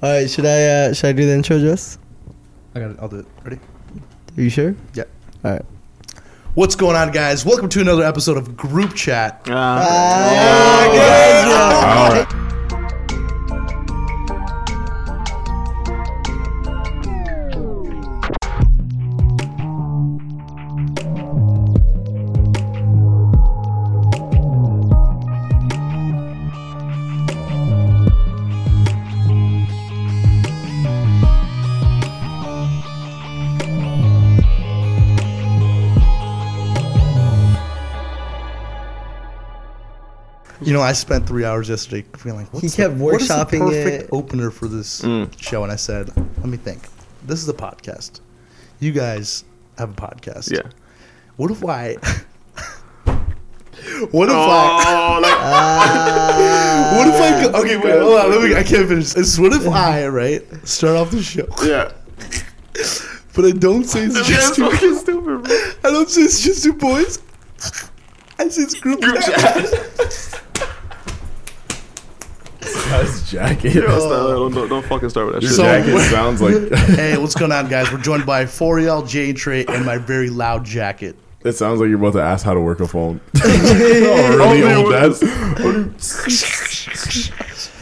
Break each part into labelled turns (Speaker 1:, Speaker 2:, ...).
Speaker 1: All right, should I uh, should I do the intro, Jess?
Speaker 2: I got it. I'll do it. Ready?
Speaker 1: Are you sure?
Speaker 2: Yeah.
Speaker 1: All right.
Speaker 2: What's going on, guys? Welcome to another episode of Group Chat.
Speaker 3: Uh,
Speaker 2: You know, I spent three hours yesterday feeling like what's
Speaker 1: kept
Speaker 2: the, what is the
Speaker 1: workshopping
Speaker 2: perfect
Speaker 1: it.
Speaker 2: opener for this
Speaker 3: Mm.
Speaker 2: show, and I said, let me think. This is a podcast. You guys have a podcast.
Speaker 3: Yeah.
Speaker 2: What if I? what if I?
Speaker 3: Oh, like Oh,
Speaker 2: What if I? Go, okay, wait, hold on. Let me, I can't finish. It's what if I right start off the show,
Speaker 3: yeah.
Speaker 2: but I don't say it's
Speaker 3: That's
Speaker 2: just two.
Speaker 3: fucking stupid, bro.
Speaker 2: I don't say it's just two boys. I say it's group,
Speaker 3: Group
Speaker 2: chat.
Speaker 3: chat.
Speaker 4: That's jacket.
Speaker 3: Yo, Skylar, don't, don't, don't fucking start with that shit.
Speaker 2: So-
Speaker 4: jacket sounds like
Speaker 2: Hey, what's going on, guys? We're joined by 4EL, Jane Trey, and my very loud jacket.
Speaker 4: it sounds like you're about to ask how to work a phone. oh, really
Speaker 3: Only
Speaker 4: old
Speaker 3: with-
Speaker 4: dads.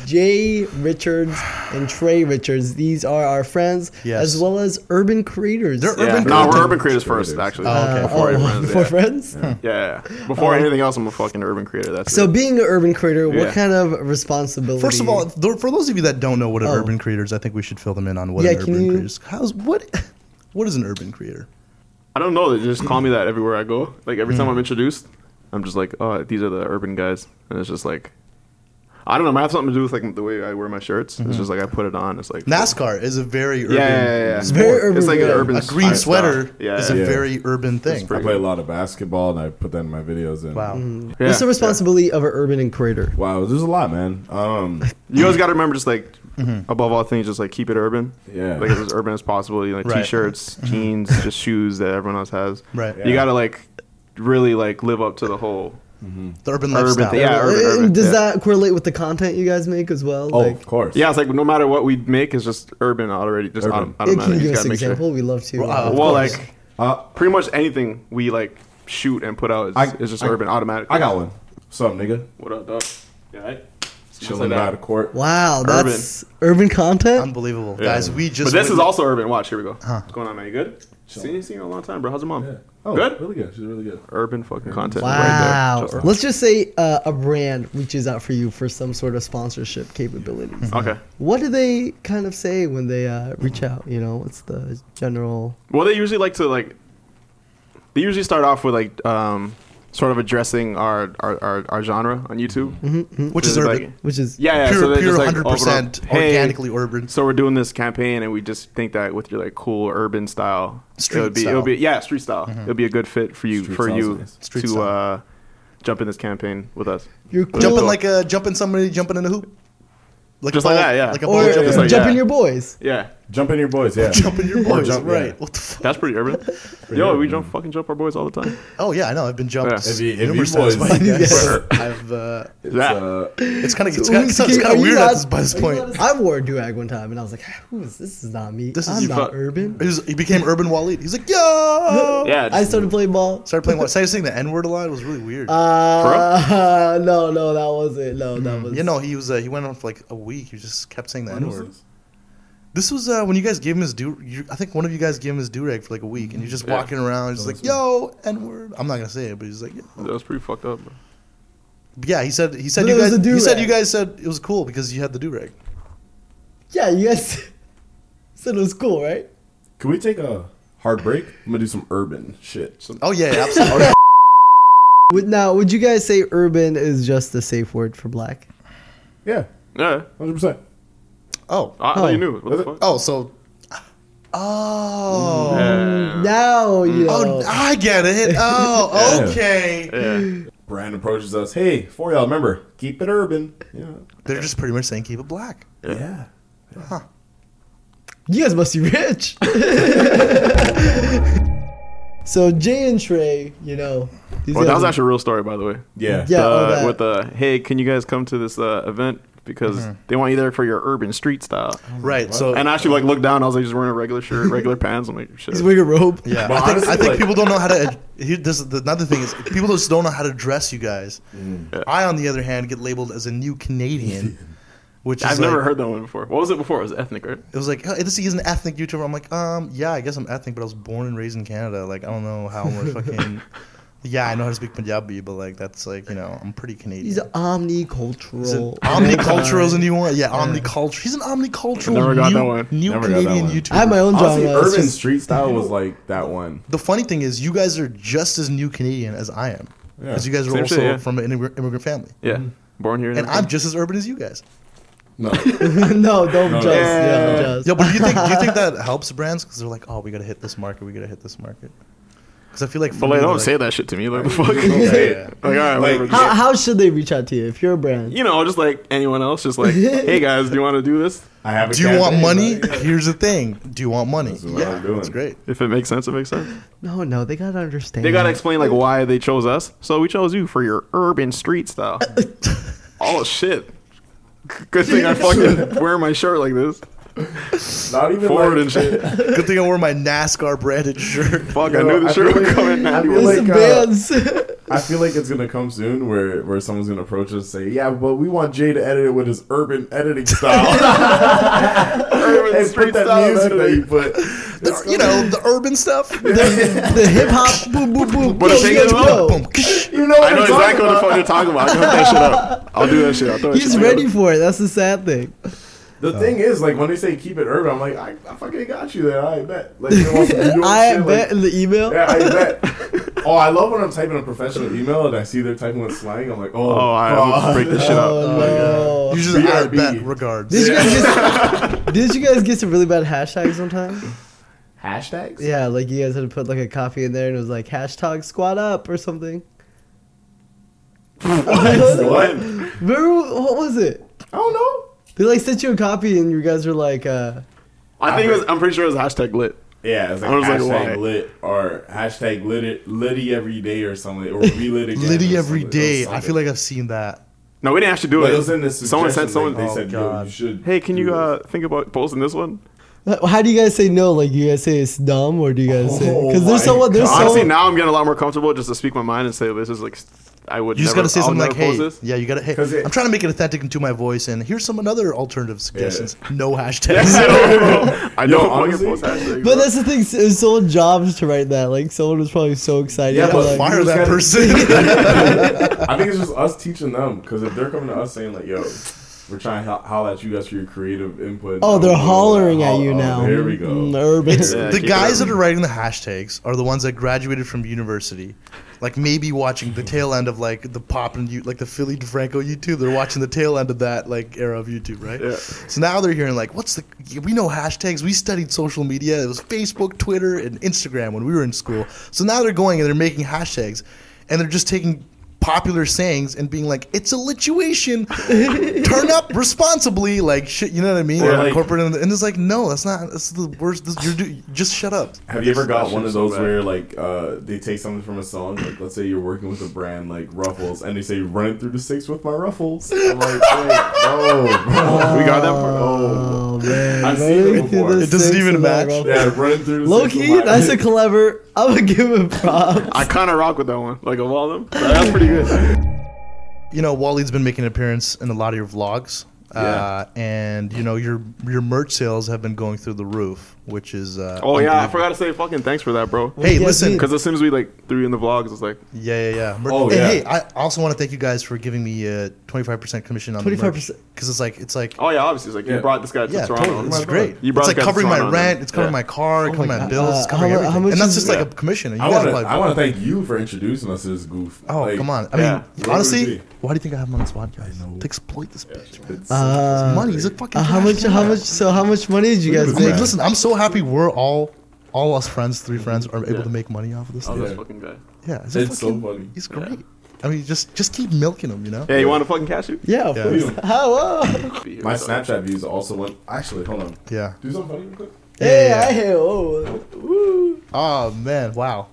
Speaker 1: Jay Richards and Trey Richards. These are our friends,
Speaker 2: Yes.
Speaker 1: as well as urban creators.
Speaker 2: They're
Speaker 3: yeah.
Speaker 2: urban
Speaker 3: No, we're
Speaker 2: content.
Speaker 3: urban creators first, actually.
Speaker 2: okay.
Speaker 3: Before,
Speaker 1: oh,
Speaker 3: any friends,
Speaker 1: before
Speaker 3: yeah.
Speaker 1: friends?
Speaker 3: yeah, yeah. Before anything else, I'm a fucking urban creator. That's
Speaker 1: So,
Speaker 3: it.
Speaker 1: being an urban creator,
Speaker 3: Yeah.
Speaker 1: what kind of responsibility?
Speaker 2: First of all, th- for those of you that don't know what an
Speaker 1: Oh.
Speaker 2: urban creator is, I think we should fill them in on what
Speaker 1: Yeah,
Speaker 2: an
Speaker 1: can
Speaker 2: urban
Speaker 1: you-
Speaker 2: creator is. How's what? What is an urban creator?
Speaker 3: I don't know. They just call me that everywhere I go. Like every
Speaker 2: Mm.
Speaker 3: time I'm introduced, I'm just like, oh, these are the urban guys, and it's just like, I don't know. It might have something to do with like the way I wear my shirts. It's just like I put it on. It's like
Speaker 2: NASCAR is a very Mm-hmm. urban.
Speaker 3: Yeah, yeah, yeah, yeah.
Speaker 1: It's very urban
Speaker 3: It's like an
Speaker 1: wear.
Speaker 3: urban
Speaker 2: A green
Speaker 3: lifestyle.
Speaker 2: sweater
Speaker 3: Yeah,
Speaker 2: is
Speaker 3: yeah,
Speaker 2: a
Speaker 3: yeah.
Speaker 4: yeah.
Speaker 2: very urban thing.
Speaker 3: It's pretty-
Speaker 4: I play a lot of basketball and I put that in my videos. And
Speaker 2: Wow.
Speaker 3: Yeah,
Speaker 1: what's the
Speaker 3: yeah.
Speaker 1: responsibility of an urban creator?
Speaker 4: wow, there's a lot, man. Um,
Speaker 3: You always got to remember, just like above all things, just like keep it urban.
Speaker 4: Yeah.
Speaker 3: like as urban as possible. You know,
Speaker 2: Right.
Speaker 3: t-shirts,
Speaker 1: Mm-hmm.
Speaker 3: jeans, just shoes that everyone else has.
Speaker 2: Right.
Speaker 3: You
Speaker 4: Yeah.
Speaker 3: got to like really like live up to the whole.
Speaker 2: The urban
Speaker 3: Urban
Speaker 2: lifestyle.
Speaker 3: thing, yeah. urban,
Speaker 1: Uh,
Speaker 3: urban,
Speaker 1: Does
Speaker 3: yeah.
Speaker 1: that correlate with the content you guys make as well?
Speaker 4: oh,
Speaker 1: Like,
Speaker 4: of course.
Speaker 3: Yeah, it's like no matter what we make, it's just urban already. Just
Speaker 4: Urban.
Speaker 3: autom-
Speaker 1: can
Speaker 3: automatic.
Speaker 1: you
Speaker 3: You
Speaker 1: give
Speaker 3: just
Speaker 1: us
Speaker 3: gotta
Speaker 1: an
Speaker 3: make sure.
Speaker 1: example? We love to.
Speaker 2: Wow. Of
Speaker 3: Well,
Speaker 2: course.
Speaker 3: like
Speaker 4: Uh,
Speaker 3: pretty much anything we like shoot and put out is,
Speaker 4: I-
Speaker 3: is just
Speaker 4: I-
Speaker 3: urban automatic.
Speaker 4: I got one. What's up, nigga?
Speaker 3: What up, dog? Yeah. Right?
Speaker 4: Chilling out of court.
Speaker 1: wow,
Speaker 3: urban.
Speaker 1: that's urban content?
Speaker 2: Unbelievable,
Speaker 3: Yeah.
Speaker 2: guys. We just.
Speaker 3: But this is
Speaker 2: went-
Speaker 3: also urban. Watch. Here we go. What's going on, man? You good? Seen you, seen you in a long time, bro. How's your mom?
Speaker 4: Yeah. Oh,
Speaker 3: good.
Speaker 4: Really good. She's really good.
Speaker 3: Urban fucking content. Right
Speaker 1: Wow.
Speaker 3: there. Just-
Speaker 1: Let's just say uh, a brand reaches out for you for some sort of sponsorship capabilities.
Speaker 3: Okay.
Speaker 1: What do they kind of say when they uh, reach out? You know, what's the general?
Speaker 3: Well, they usually like to like. They usually start off with like um, sort of addressing our our, our, our genre on YouTube,
Speaker 4: Mm-hmm.
Speaker 2: which is
Speaker 3: Just
Speaker 2: urban.
Speaker 3: like-
Speaker 1: Which is
Speaker 3: yeah, yeah.
Speaker 2: pure,
Speaker 3: so they're
Speaker 2: pure,
Speaker 3: just, like,
Speaker 2: hundred
Speaker 3: open up,
Speaker 2: percent
Speaker 3: "Hey,
Speaker 2: organically urban.
Speaker 3: So we're doing this campaign, and we just think that with your like cool urban style,
Speaker 2: Street
Speaker 3: it would be,
Speaker 2: style. Mm-hmm.
Speaker 3: It'll be yeah, street style. It'll be a good fit for you
Speaker 4: Street
Speaker 3: for
Speaker 4: style's
Speaker 3: you
Speaker 4: nice.
Speaker 2: Street
Speaker 3: to
Speaker 2: style.
Speaker 3: uh, jump in this campaign with us.
Speaker 1: you're cool.
Speaker 2: Jumping like a jumping somebody jumping in a hoop. Like
Speaker 3: Just
Speaker 2: a
Speaker 3: like
Speaker 2: ball-
Speaker 3: that, yeah.
Speaker 2: Like a
Speaker 1: or
Speaker 2: ball jumping.
Speaker 3: just like
Speaker 1: jumping
Speaker 3: that.
Speaker 1: your boys.
Speaker 3: Yeah,
Speaker 4: Jump in your boys. Yeah.
Speaker 2: Jumping your boys,
Speaker 4: jump, yeah.
Speaker 2: right? What the fuck?
Speaker 3: that's pretty urban. Yo, we jump fucking jump our boys all the time.
Speaker 2: Oh yeah, I know. I've been jumped.
Speaker 3: Yeah.
Speaker 2: s-
Speaker 4: If you, if you
Speaker 2: numerous
Speaker 4: boys,
Speaker 2: times by you guys.
Speaker 4: It's,
Speaker 2: I've uh,
Speaker 3: That-
Speaker 4: uh,
Speaker 2: it's kind of it's kind of weird at this by this point.
Speaker 1: I wore a do-rag one time, and I was like, "Who is this? Is not me.
Speaker 2: This is
Speaker 1: I'm
Speaker 2: you
Speaker 1: not
Speaker 3: fu-
Speaker 1: urban." Oh.
Speaker 2: He, was, he became Urban Walid. He's like, yo.
Speaker 3: yeah,
Speaker 1: I
Speaker 3: just-
Speaker 1: started playing ball.
Speaker 2: Started playing. Started saying the N word a lot. It was really weird.
Speaker 1: Uh, no, no, that wasn't. No, that was.
Speaker 2: you know, he was uh, he went on for like a week. He just kept saying the N
Speaker 4: When was
Speaker 2: word.
Speaker 4: this?
Speaker 2: This was uh, when you guys gave him his do. You, I think one of you guys gave him his do rag for like a week, and you're just
Speaker 3: Yeah.
Speaker 2: walking around. He's like, yo, N word. I'm not gonna say it, but he's like, yo.
Speaker 3: that was pretty fucked up. Bro.
Speaker 2: But yeah. He said he said
Speaker 1: But
Speaker 2: you
Speaker 1: it was
Speaker 2: guys
Speaker 1: a
Speaker 2: he said
Speaker 1: do-rag.
Speaker 2: you guys said it was cool because you had the do rag.
Speaker 1: yeah, you guys said it was cool, right?
Speaker 4: Can we take a hard break? I'm gonna do some urban shit. Some
Speaker 2: Oh yeah, yeah, absolutely.
Speaker 1: Would, now, would you guys say urban is just a safe word for black?
Speaker 4: Yeah,
Speaker 3: Yeah,
Speaker 4: hundred percent.
Speaker 2: oh
Speaker 3: I thought
Speaker 1: Oh.
Speaker 3: you knew. What the
Speaker 4: Oh.
Speaker 3: fuck?
Speaker 2: oh so. Oh.
Speaker 3: Yeah.
Speaker 1: Now
Speaker 3: Mm.
Speaker 1: you know.
Speaker 2: Oh, I get it. Oh,
Speaker 4: Yeah.
Speaker 2: okay.
Speaker 3: Yeah.
Speaker 4: Brand approaches us. Hey, for y'all, remember, keep it urban. Yeah,
Speaker 2: They're just pretty much saying keep it black.
Speaker 4: yeah.
Speaker 1: You guys must be rich. so Jay and Trey, you know. these
Speaker 3: Well, that
Speaker 1: guys
Speaker 3: was
Speaker 1: are-
Speaker 3: actually a real story, by the way.
Speaker 4: yeah.
Speaker 1: Yeah. all
Speaker 3: uh,
Speaker 1: that.
Speaker 3: with the hey, can you guys come to this uh, event because they want you there for your urban street style.
Speaker 2: Right. So
Speaker 3: And I actually like looked down. I was like just wearing a regular shirt, regular pants. I'm like, shit.
Speaker 1: He's wearing a robe.
Speaker 2: Yeah,
Speaker 4: But
Speaker 2: I think,
Speaker 4: honestly,
Speaker 2: I think
Speaker 4: like-
Speaker 2: people don't know how to. edu- Here, this is the, another thing is people just don't know how to dress you guys.
Speaker 3: Mm.
Speaker 2: I, on the other hand, get labeled as a new Canadian, which
Speaker 3: I've
Speaker 2: is
Speaker 3: never
Speaker 2: like-
Speaker 3: heard that one before. What was it before? It was ethnic, right?
Speaker 2: It was like oh, this is an ethnic YouTuber. I'm like, um, yeah, I guess I'm ethnic, but I was born and raised in Canada. Like, I don't know how much fucking. Yeah, I know how to speak Punjabi, but like that's like you know I'm pretty Canadian.
Speaker 1: He's an omnicultural.
Speaker 2: He's an omnicultural is a new one. Yeah, omnicultural. He's an omnicultural.
Speaker 3: Never got
Speaker 2: new,
Speaker 3: that one.
Speaker 2: New
Speaker 4: Never got that
Speaker 2: Canadian
Speaker 4: one.
Speaker 2: YouTuber.
Speaker 1: I have my own
Speaker 4: Honestly,
Speaker 1: genre. It's
Speaker 4: urban
Speaker 1: just-
Speaker 4: street style was like that one.
Speaker 2: The funny thing is, you guys are just as new Canadian as I am,
Speaker 4: Yeah.
Speaker 2: because you guys are
Speaker 3: Same
Speaker 2: also
Speaker 3: shit, yeah.
Speaker 2: from an immigrant immigrant family.
Speaker 3: Yeah, born here.
Speaker 2: and I'm just as urban as you guys.
Speaker 4: No,
Speaker 1: no, don't
Speaker 4: No,
Speaker 1: judge. Yeah,
Speaker 3: yeah.
Speaker 1: judge.
Speaker 2: Yo, but do you think do you think that helps brands because they're like, oh, we gotta hit this market, we gotta hit this market? Because I feel like, for
Speaker 3: But like,
Speaker 2: me,
Speaker 3: don't
Speaker 2: like-
Speaker 3: say that shit to me. Like, the fuck.
Speaker 4: Don't
Speaker 3: say
Speaker 4: say
Speaker 3: it.
Speaker 4: it.
Speaker 3: Like, all right,
Speaker 4: Like,
Speaker 3: whatever.
Speaker 1: how, how should they reach out to you if you're a brand?
Speaker 3: you know, just like anyone else, just like, hey guys, do you want to do this?
Speaker 4: I have. A
Speaker 2: Do you want
Speaker 4: campaign,
Speaker 2: money?
Speaker 4: but, yeah.
Speaker 2: Here's the thing. Do you want money?
Speaker 4: That's what I'm doing.
Speaker 2: that's great.
Speaker 3: If it makes sense, it makes sense.
Speaker 1: No, no, they gotta understand.
Speaker 3: They gotta explain like why they chose us. So we chose you for your urban street style. oh shit! Good thing I fucking wear my shirt like this,
Speaker 4: Not even
Speaker 3: forward
Speaker 4: like-
Speaker 3: and shit.
Speaker 2: Good thing I wore my NASCAR branded shirt.
Speaker 3: Fuck, I
Speaker 4: Yo,
Speaker 3: knew the
Speaker 4: I
Speaker 3: shirt
Speaker 4: feel
Speaker 3: would
Speaker 4: like-
Speaker 3: come in
Speaker 4: I
Speaker 3: handy.
Speaker 4: feel
Speaker 3: Like,
Speaker 1: It's
Speaker 4: like,
Speaker 1: the
Speaker 4: uh,
Speaker 1: bands.
Speaker 4: I feel like it's gonna come soon where where someone's gonna approach us and say, "Yeah, but we want Jay to edit it with his urban editing style
Speaker 3: urban
Speaker 4: and
Speaker 3: street
Speaker 4: put that
Speaker 3: style.
Speaker 4: music that
Speaker 3: editing.
Speaker 4: you put."
Speaker 2: The- you know the urban stuff.
Speaker 1: the hip hop. Boom, boom, boom.
Speaker 3: But the thing is, though-
Speaker 1: boom.
Speaker 4: You know what
Speaker 3: I know
Speaker 4: I'm talking
Speaker 3: exactly what the
Speaker 4: about.
Speaker 3: fuck you're talking about. I can hook that shit up. I'll do that shit. I'll throw that
Speaker 1: He's
Speaker 3: shit
Speaker 1: ready
Speaker 3: together.
Speaker 1: for it. That's the sad thing.
Speaker 4: The thing is, like when they say keep it urban, I'm like, I, I fucking got you there. I bet. Like, you want some New York
Speaker 1: I
Speaker 4: shit,
Speaker 1: bet
Speaker 4: Like,
Speaker 1: in the email.
Speaker 4: yeah, I bet. oh, I love when I'm typing a professional email and I see they're typing with slang. I'm like, oh,
Speaker 3: Oh, I almost
Speaker 4: God.
Speaker 3: break this shit up.
Speaker 1: Oh, no.
Speaker 4: uh,
Speaker 2: You just I
Speaker 4: BRB.
Speaker 2: bet regards.
Speaker 1: Did you guys get, did you guys get some really bad hashtags sometime?
Speaker 4: Hashtags.
Speaker 1: Yeah, like you guys had to put like a copy in there and it was like hashtag squat up or something.
Speaker 4: What?
Speaker 1: Remember what was it?
Speaker 4: I don't know.
Speaker 1: They like sent you a copy and you guys were like, uh,
Speaker 3: I think it was. I'm pretty sure it was hashtag lit.
Speaker 4: Yeah, it's like
Speaker 3: I was like,
Speaker 4: hashtag
Speaker 3: why?
Speaker 4: lit or hashtag lit it, litty every day or something or relit again.
Speaker 2: Liddy
Speaker 4: or
Speaker 2: every
Speaker 4: something, or
Speaker 2: day. I
Speaker 4: something.
Speaker 2: feel like I've seen that.
Speaker 3: No, we didn't actually do
Speaker 4: Like,
Speaker 3: it.
Speaker 4: it was in this.
Speaker 3: someone
Speaker 4: suggestion,
Speaker 3: said someone.
Speaker 4: Like, they
Speaker 2: Oh,
Speaker 4: said, Yo,
Speaker 2: God.
Speaker 4: you should.
Speaker 3: hey, can
Speaker 4: do
Speaker 3: you
Speaker 4: this."
Speaker 3: uh, think about posting this one?
Speaker 1: how do you guys say no? Like you guys say it's dumb or do you guys say? Because there's
Speaker 4: Oh
Speaker 1: someone,
Speaker 4: my
Speaker 1: there's
Speaker 4: God.
Speaker 3: Honestly,
Speaker 1: someone.
Speaker 3: now I'm getting a lot more comfortable just to speak my mind and say this is like I would.
Speaker 2: You just
Speaker 3: never,
Speaker 2: gotta say
Speaker 3: I'll
Speaker 2: something like,
Speaker 3: never
Speaker 2: "Hey,
Speaker 3: post this.
Speaker 2: yeah, you gotta." Hey,
Speaker 4: 'Cause it-
Speaker 2: I'm trying to make it authentic into my voice, and here's some another alternative suggestions. No hashtags.
Speaker 3: I don't, know. I
Speaker 4: Yo,
Speaker 3: don't
Speaker 4: honestly-
Speaker 3: fucking post hashtags.
Speaker 1: But that's the thing. It was someone jobs to write that. Like someone was probably so excited.
Speaker 4: Yeah,
Speaker 1: to,
Speaker 4: but
Speaker 1: like,
Speaker 4: fire-
Speaker 2: Fire
Speaker 4: You just
Speaker 2: that
Speaker 4: gotta-
Speaker 2: person.
Speaker 4: I think it's just us teaching them because if they're coming to us saying like, "Yo, we're trying to ho- holler at you guys for your creative input,"
Speaker 1: oh,
Speaker 4: and
Speaker 1: they're
Speaker 4: I'm like,
Speaker 1: hollering
Speaker 4: "Oh,
Speaker 1: at you
Speaker 4: oh,
Speaker 1: now.
Speaker 4: There we go.
Speaker 1: Mm, urban.
Speaker 2: It's
Speaker 3: Yeah,
Speaker 2: the
Speaker 3: keep it
Speaker 2: guys that
Speaker 3: up.
Speaker 2: are writing the hashtags are the ones that graduated from university. Like maybe watching the tail end of like the pop and you like the Philly DeFranco YouTube. They're watching the tail end of that like era of YouTube, right?
Speaker 3: Yeah.
Speaker 2: So now they're hearing like, what's the? We know hashtags. We studied social media. It was Facebook, Twitter, and Instagram when we were in school. So now they're going and they're making hashtags, and they're just taking popular sayings and being like, it's a lituation. Turn up responsibly, like shit. You know what I mean?
Speaker 4: Or,
Speaker 2: Or
Speaker 4: like-
Speaker 2: corporate, and and it's like, no, that's not. That's the worst. This, you're do, just shut up.
Speaker 4: Have you ever got
Speaker 3: That
Speaker 4: one
Speaker 3: shit's
Speaker 4: of
Speaker 3: so
Speaker 4: those
Speaker 3: bad.
Speaker 4: where like uh, they take something from a song, like let's say you're working with a brand like Ruffles, and they say running through the six with my Ruffles. I'm like, wait, no, bro.
Speaker 3: we got that part.
Speaker 4: Oh.
Speaker 1: Oh man, Right
Speaker 4: I've seen it
Speaker 1: through
Speaker 4: before.
Speaker 1: the
Speaker 4: It
Speaker 2: doesn't
Speaker 1: six
Speaker 2: even
Speaker 1: and that
Speaker 2: match.
Speaker 1: rough-
Speaker 4: Yeah, running through the
Speaker 1: Low
Speaker 4: six with
Speaker 1: key,
Speaker 4: my-
Speaker 1: that's a clever. I'm gonna give him props.
Speaker 3: I kind of rock with that one. Like of all of them, that's pretty good.
Speaker 2: you know, Wally's been making an appearance in a lot of your vlogs. Uh, and you know your your merch sales have been going through the roof, which is uh,
Speaker 3: Oh yeah, I
Speaker 2: unbelievable.
Speaker 3: forgot to say fucking thanks for that, bro.
Speaker 2: Hey,
Speaker 1: Yes,
Speaker 2: listen,
Speaker 1: dude.
Speaker 3: Because as soon as we like threw you in the vlogs, it's like
Speaker 2: Yeah, yeah, yeah. Mer-
Speaker 4: Oh,
Speaker 2: and
Speaker 4: yeah.
Speaker 2: Hey, I also want to thank you guys for giving me a twenty five percent commission on
Speaker 1: 25%.
Speaker 2: because it's like it's like
Speaker 3: oh yeah, obviously it's like
Speaker 4: Yeah.
Speaker 3: you brought this guy to
Speaker 2: yeah,
Speaker 3: Toronto.
Speaker 2: totally, it's
Speaker 4: my
Speaker 2: great.
Speaker 4: God.
Speaker 3: You brought
Speaker 2: it's like
Speaker 3: the guy to
Speaker 2: covering my
Speaker 3: Toronto,
Speaker 2: rent,
Speaker 3: then.
Speaker 2: it's covering
Speaker 3: Yeah.
Speaker 2: my car, it's covering
Speaker 1: my
Speaker 2: my
Speaker 1: God.
Speaker 2: bills, it's
Speaker 1: Uh,
Speaker 2: covering
Speaker 1: how mu- how
Speaker 2: everything,
Speaker 1: much
Speaker 2: and that's
Speaker 1: is-
Speaker 2: just like
Speaker 1: yeah.
Speaker 2: a commission. And you
Speaker 4: I
Speaker 2: guys
Speaker 4: want to.
Speaker 2: probably-
Speaker 4: I want to thank you for introducing us to this goof.
Speaker 2: oh
Speaker 4: Like,
Speaker 2: come on! I
Speaker 3: yeah.
Speaker 2: mean,
Speaker 4: Where would
Speaker 2: honestly,
Speaker 4: we?
Speaker 2: why do you think I have him on this podcast? To exploit this bitch, man.
Speaker 4: it's-
Speaker 1: Uh,
Speaker 2: It's money, he's a fucking.
Speaker 1: Uh, how
Speaker 2: trash
Speaker 1: much? How
Speaker 2: man.
Speaker 1: much? So how much money did you guys
Speaker 4: Look
Speaker 2: Like,
Speaker 4: Yeah.
Speaker 1: make?
Speaker 4: that.
Speaker 2: listen, I'm so happy we're all, all us friends, three friends, are able to make money off of this.
Speaker 3: Oh,
Speaker 2: thing.
Speaker 3: this
Speaker 4: Yeah.
Speaker 3: fucking guy.
Speaker 2: Yeah, he's, a
Speaker 4: It's so
Speaker 2: fucking-
Speaker 4: funny.
Speaker 2: he's great. I mean, just just keep milking him, you know.
Speaker 3: Yeah, you want to fucking cash you?
Speaker 1: Yeah, of
Speaker 2: Yeah.
Speaker 1: course. uh, Hello.
Speaker 3: Be here,
Speaker 4: My
Speaker 3: so.
Speaker 4: Snapchat views also went. Actually, hold on.
Speaker 2: Yeah.
Speaker 4: Do something funny real quick.
Speaker 1: Hey,
Speaker 2: yeah,
Speaker 1: I
Speaker 2: yeah.
Speaker 1: hear. Oh,
Speaker 2: Oh man, wow.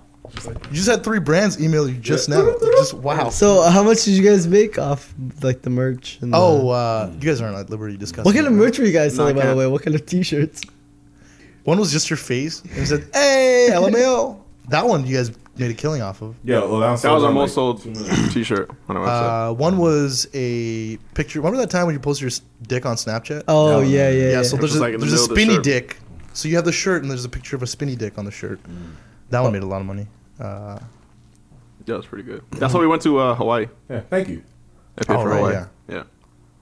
Speaker 2: You just had three brands email you just now. Just wow.
Speaker 1: So uh, how much did you guys make off like the merch? And the-
Speaker 2: Oh, uh, you guys aren't at liberty to discuss.
Speaker 1: what kind of
Speaker 2: that, right?
Speaker 1: merch were you guys
Speaker 3: No, I
Speaker 1: selling by the
Speaker 3: can't.
Speaker 1: way? What kind of T-shirts?
Speaker 2: One was just your face and it said, "Hey, LMAO." That one you guys made a killing off of.
Speaker 4: Yeah, well, that was,
Speaker 3: That was our
Speaker 4: like,
Speaker 3: most sold
Speaker 4: two minutes.
Speaker 3: T-shirt on our website.
Speaker 2: Uh, one was a picture. Remember that time when you posted your s- dick on Snapchat?
Speaker 1: Oh
Speaker 4: Yeah.
Speaker 1: yeah, yeah, yeah.
Speaker 2: yeah. So
Speaker 3: It
Speaker 2: there's
Speaker 3: was
Speaker 2: a,
Speaker 3: like in the
Speaker 2: there's a
Speaker 3: middle of the
Speaker 2: spinny
Speaker 3: shirt.
Speaker 2: dick. So you have the shirt and there's a picture of a spinny dick on the shirt.
Speaker 3: Mm.
Speaker 2: That one made a lot of money. Uh,
Speaker 3: yeah, that's pretty good. That's how we went to uh, Hawaii.
Speaker 4: Yeah, thank you.
Speaker 3: I paid
Speaker 2: Oh,
Speaker 3: for
Speaker 2: right,
Speaker 3: Hawaii.
Speaker 2: yeah.
Speaker 3: Yeah.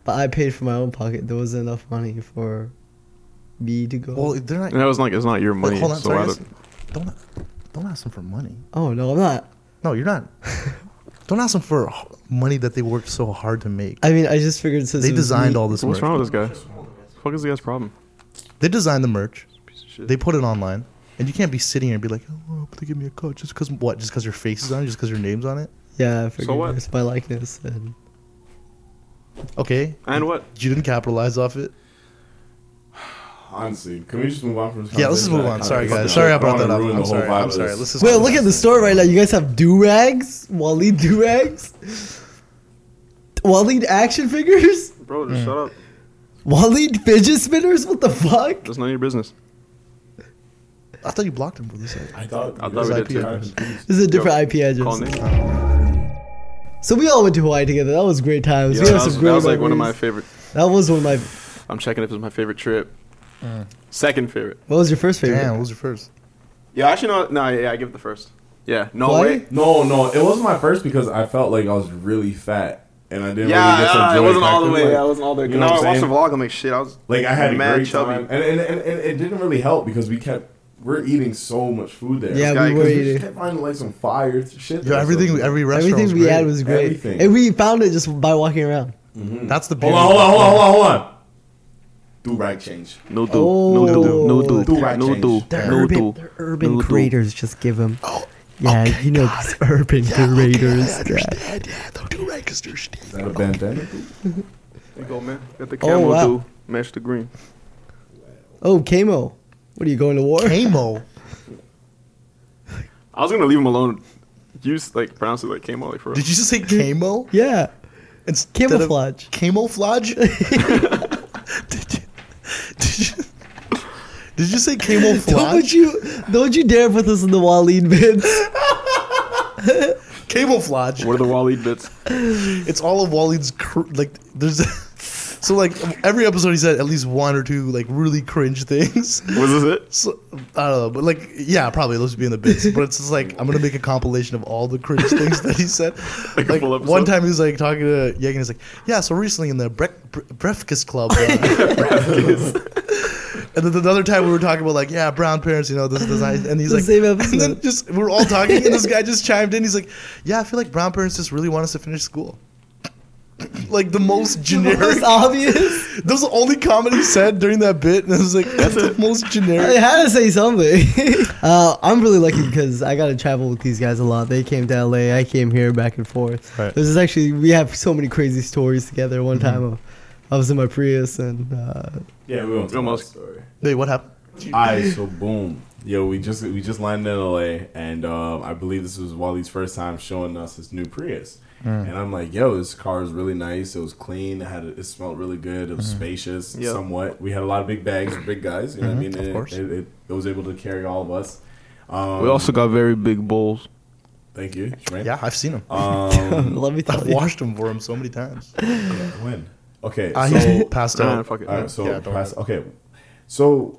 Speaker 1: but I paid from my own pocket. There wasn't enough money for me to go.
Speaker 2: well, they're not.
Speaker 3: and that was like it's not your money.
Speaker 2: Wait, hold on,
Speaker 3: so
Speaker 2: sorry,
Speaker 3: why
Speaker 2: guys.
Speaker 3: the-
Speaker 2: Don't don't ask them for money.
Speaker 1: oh no, I'm not.
Speaker 2: No, you're not. don't ask them for h- money that they worked so hard to make.
Speaker 1: I mean, I just figured since
Speaker 2: They
Speaker 1: it was
Speaker 2: designed
Speaker 1: me-
Speaker 2: all this
Speaker 3: what's
Speaker 2: merch.
Speaker 3: wrong with this guy? The fuck is the guy's problem?
Speaker 2: They designed the merch.
Speaker 3: Piece of shit.
Speaker 2: They put it online, and you can't be sitting here and be like, "Oh, I hope they give me a cut just because what? Just because your face is on it? Just because your name's on it?
Speaker 1: Yeah, I figured
Speaker 3: what?
Speaker 1: it's my likeness and
Speaker 2: Okay,
Speaker 3: and Oh, what?
Speaker 2: you didn't capitalize off it.
Speaker 4: Honestly, can we just move on from this?
Speaker 2: Yeah, let's just
Speaker 4: conversation?
Speaker 2: move on. Sorry,
Speaker 4: Okay,
Speaker 2: guys.
Speaker 4: fuck
Speaker 2: Sorry
Speaker 4: it.
Speaker 2: I brought
Speaker 4: don't
Speaker 2: that up.
Speaker 4: wanna ruin
Speaker 2: I'm
Speaker 4: the whole
Speaker 2: sorry.
Speaker 4: vibe
Speaker 2: I'm
Speaker 4: of
Speaker 2: sorry.
Speaker 4: this.
Speaker 2: Let's just.
Speaker 1: Well, look at the store right now. You guys have do rags, Waleed do rags, Waleed action figures,
Speaker 3: Bro,
Speaker 2: Mm.
Speaker 3: just shut up.
Speaker 1: Waleed fidget spinners. What the fuck?
Speaker 3: That's none of your business.
Speaker 2: I thought you blocked him for this.
Speaker 4: I thought,
Speaker 3: I thought
Speaker 2: we
Speaker 4: it
Speaker 2: did
Speaker 4: was IP.
Speaker 1: This is a different
Speaker 3: Yo,
Speaker 1: IP
Speaker 3: Call
Speaker 1: address.
Speaker 3: Nick.
Speaker 1: So we all went to Hawaii together. That was great times.
Speaker 3: Yeah,
Speaker 1: we
Speaker 3: that
Speaker 1: had
Speaker 3: was,
Speaker 1: some great
Speaker 3: that was like one of my
Speaker 1: memories.
Speaker 3: favorite.
Speaker 1: That was one of my.
Speaker 3: I'm checking if it's my favorite trip. Mm. Second favorite.
Speaker 1: What was your first favorite?
Speaker 2: Damn, what was your first?
Speaker 3: Yeah, actually no. No, yeah, I give it the first. Yeah, no
Speaker 1: Why?
Speaker 3: way.
Speaker 4: No, no, it wasn't my first because I felt like I was really fat and I didn't.
Speaker 3: Yeah,
Speaker 4: really get to
Speaker 3: yeah, it
Speaker 4: enjoy
Speaker 3: wasn't all the
Speaker 4: because,
Speaker 3: way.
Speaker 4: Like,
Speaker 3: yeah, it wasn't all the way.
Speaker 4: You know
Speaker 3: no,
Speaker 4: what
Speaker 3: I
Speaker 4: I'm
Speaker 3: watched the
Speaker 4: saying?
Speaker 3: vlog. I'm like, shit. I was
Speaker 4: Like I had a
Speaker 3: mad
Speaker 4: great
Speaker 3: chubby.
Speaker 4: time, and, and, and, and it didn't really help because we kept we're eating so much food there.
Speaker 1: Yeah,
Speaker 3: guy
Speaker 1: we were
Speaker 4: we just
Speaker 1: eating.
Speaker 4: kept finding like some fire shit.
Speaker 2: Yo,
Speaker 4: there,
Speaker 2: everything,
Speaker 4: so-
Speaker 2: every restaurant.
Speaker 1: Everything
Speaker 2: was
Speaker 1: we
Speaker 2: great.
Speaker 1: had was great,
Speaker 4: Everything.
Speaker 1: and we found it just by walking around.
Speaker 2: Mm. That's the beauty.
Speaker 4: Hold on, hold on, hold on, hold on, hold on. Do right change.
Speaker 3: No do,
Speaker 1: Oh.
Speaker 3: no do, no do,
Speaker 4: Do right
Speaker 3: no
Speaker 4: change.
Speaker 3: do,
Speaker 1: They're
Speaker 3: no
Speaker 1: urban,
Speaker 3: do,
Speaker 1: they're urban
Speaker 3: no do.
Speaker 1: creators. Just give them. yeah,
Speaker 3: Oh
Speaker 1: you know, these urban creators. yeah.
Speaker 2: Yeah, don't do right because you're shitty.
Speaker 4: Is that a bandana?
Speaker 3: There you go, man. Got the
Speaker 1: Oh,
Speaker 3: camel
Speaker 1: wow.
Speaker 3: do. Match the green.
Speaker 1: Oh, Kamo. What are you going to war?
Speaker 2: Amo.
Speaker 3: I was gonna leave him alone. You s- like pronounce it like camel, like for real.
Speaker 2: Did you just say camo?
Speaker 1: Yeah.
Speaker 2: Instead of-
Speaker 1: Camouflage.
Speaker 2: camouflage? did, you, did, you, did you say
Speaker 1: Don't put
Speaker 2: camouflage?
Speaker 1: you don't you dare put this in the Waleed bids.
Speaker 2: camouflage.
Speaker 3: What are the Wally bits?
Speaker 2: It's all of Waleed's cr- like. There's so like every episode he said at least one or two like really cringe things.
Speaker 3: Was this it?
Speaker 2: So, I don't know, but like, yeah, probably those would be in the bits. But it's just like I'm gonna make a compilation of all the cringe things that he said.
Speaker 3: Like
Speaker 2: Like,
Speaker 3: a full episode?
Speaker 2: one time he was like talking to Yegan, he's like, "Yeah, so recently in the brec- bre- breakfast club." uh," and then another time we were talking about like, yeah, brown parents, you know, this, this, I-" and he's
Speaker 1: The
Speaker 2: like,
Speaker 1: same
Speaker 2: and then
Speaker 1: episode.
Speaker 2: just we we're all talking, and this guy just chimed in. He's like, "Yeah, I feel like brown parents just really want us to finish school." Like the most generic.
Speaker 1: It's obvious.
Speaker 2: that was the only comment he said during that bit, and it was like that's the most generic.
Speaker 1: I had to say something. uh, I'm really lucky because I got to travel with these guys a lot. They came to LA, I came here, back and forth.
Speaker 2: Right. Mm-hmm.
Speaker 1: This is actually we have so many crazy stories together. One time of, I was in my Prius and uh,
Speaker 4: Yeah, we won't.
Speaker 3: Almost.
Speaker 4: Almost.
Speaker 2: Wait, what happened?
Speaker 4: I so boom. Yo, we just we just landed in LA, and um, I believe this was Wally's first time showing us his new Prius.
Speaker 2: Mm.
Speaker 4: And I'm like, yo, this car is really nice. It was clean. It had a, it smelled really good. It was
Speaker 2: Mm-hmm.
Speaker 4: spacious,
Speaker 3: Yeah.
Speaker 4: somewhat. We had a lot of big bags, big guys. You know what I mean? And it-
Speaker 2: Mm-hmm. course.
Speaker 4: It, it, it was able to carry all of us. Um,
Speaker 3: We also got very big bowls.
Speaker 4: thank you. Shireen.
Speaker 2: Yeah, I've seen him.
Speaker 4: Um,
Speaker 1: let me tell
Speaker 2: I've
Speaker 1: you.
Speaker 2: washed him for him so many times.
Speaker 4: when? Okay.
Speaker 2: Uh,
Speaker 4: so
Speaker 2: he passed out.
Speaker 3: Nah, fuck it.
Speaker 4: All right, so
Speaker 2: Yeah, don't
Speaker 4: pass- okay, so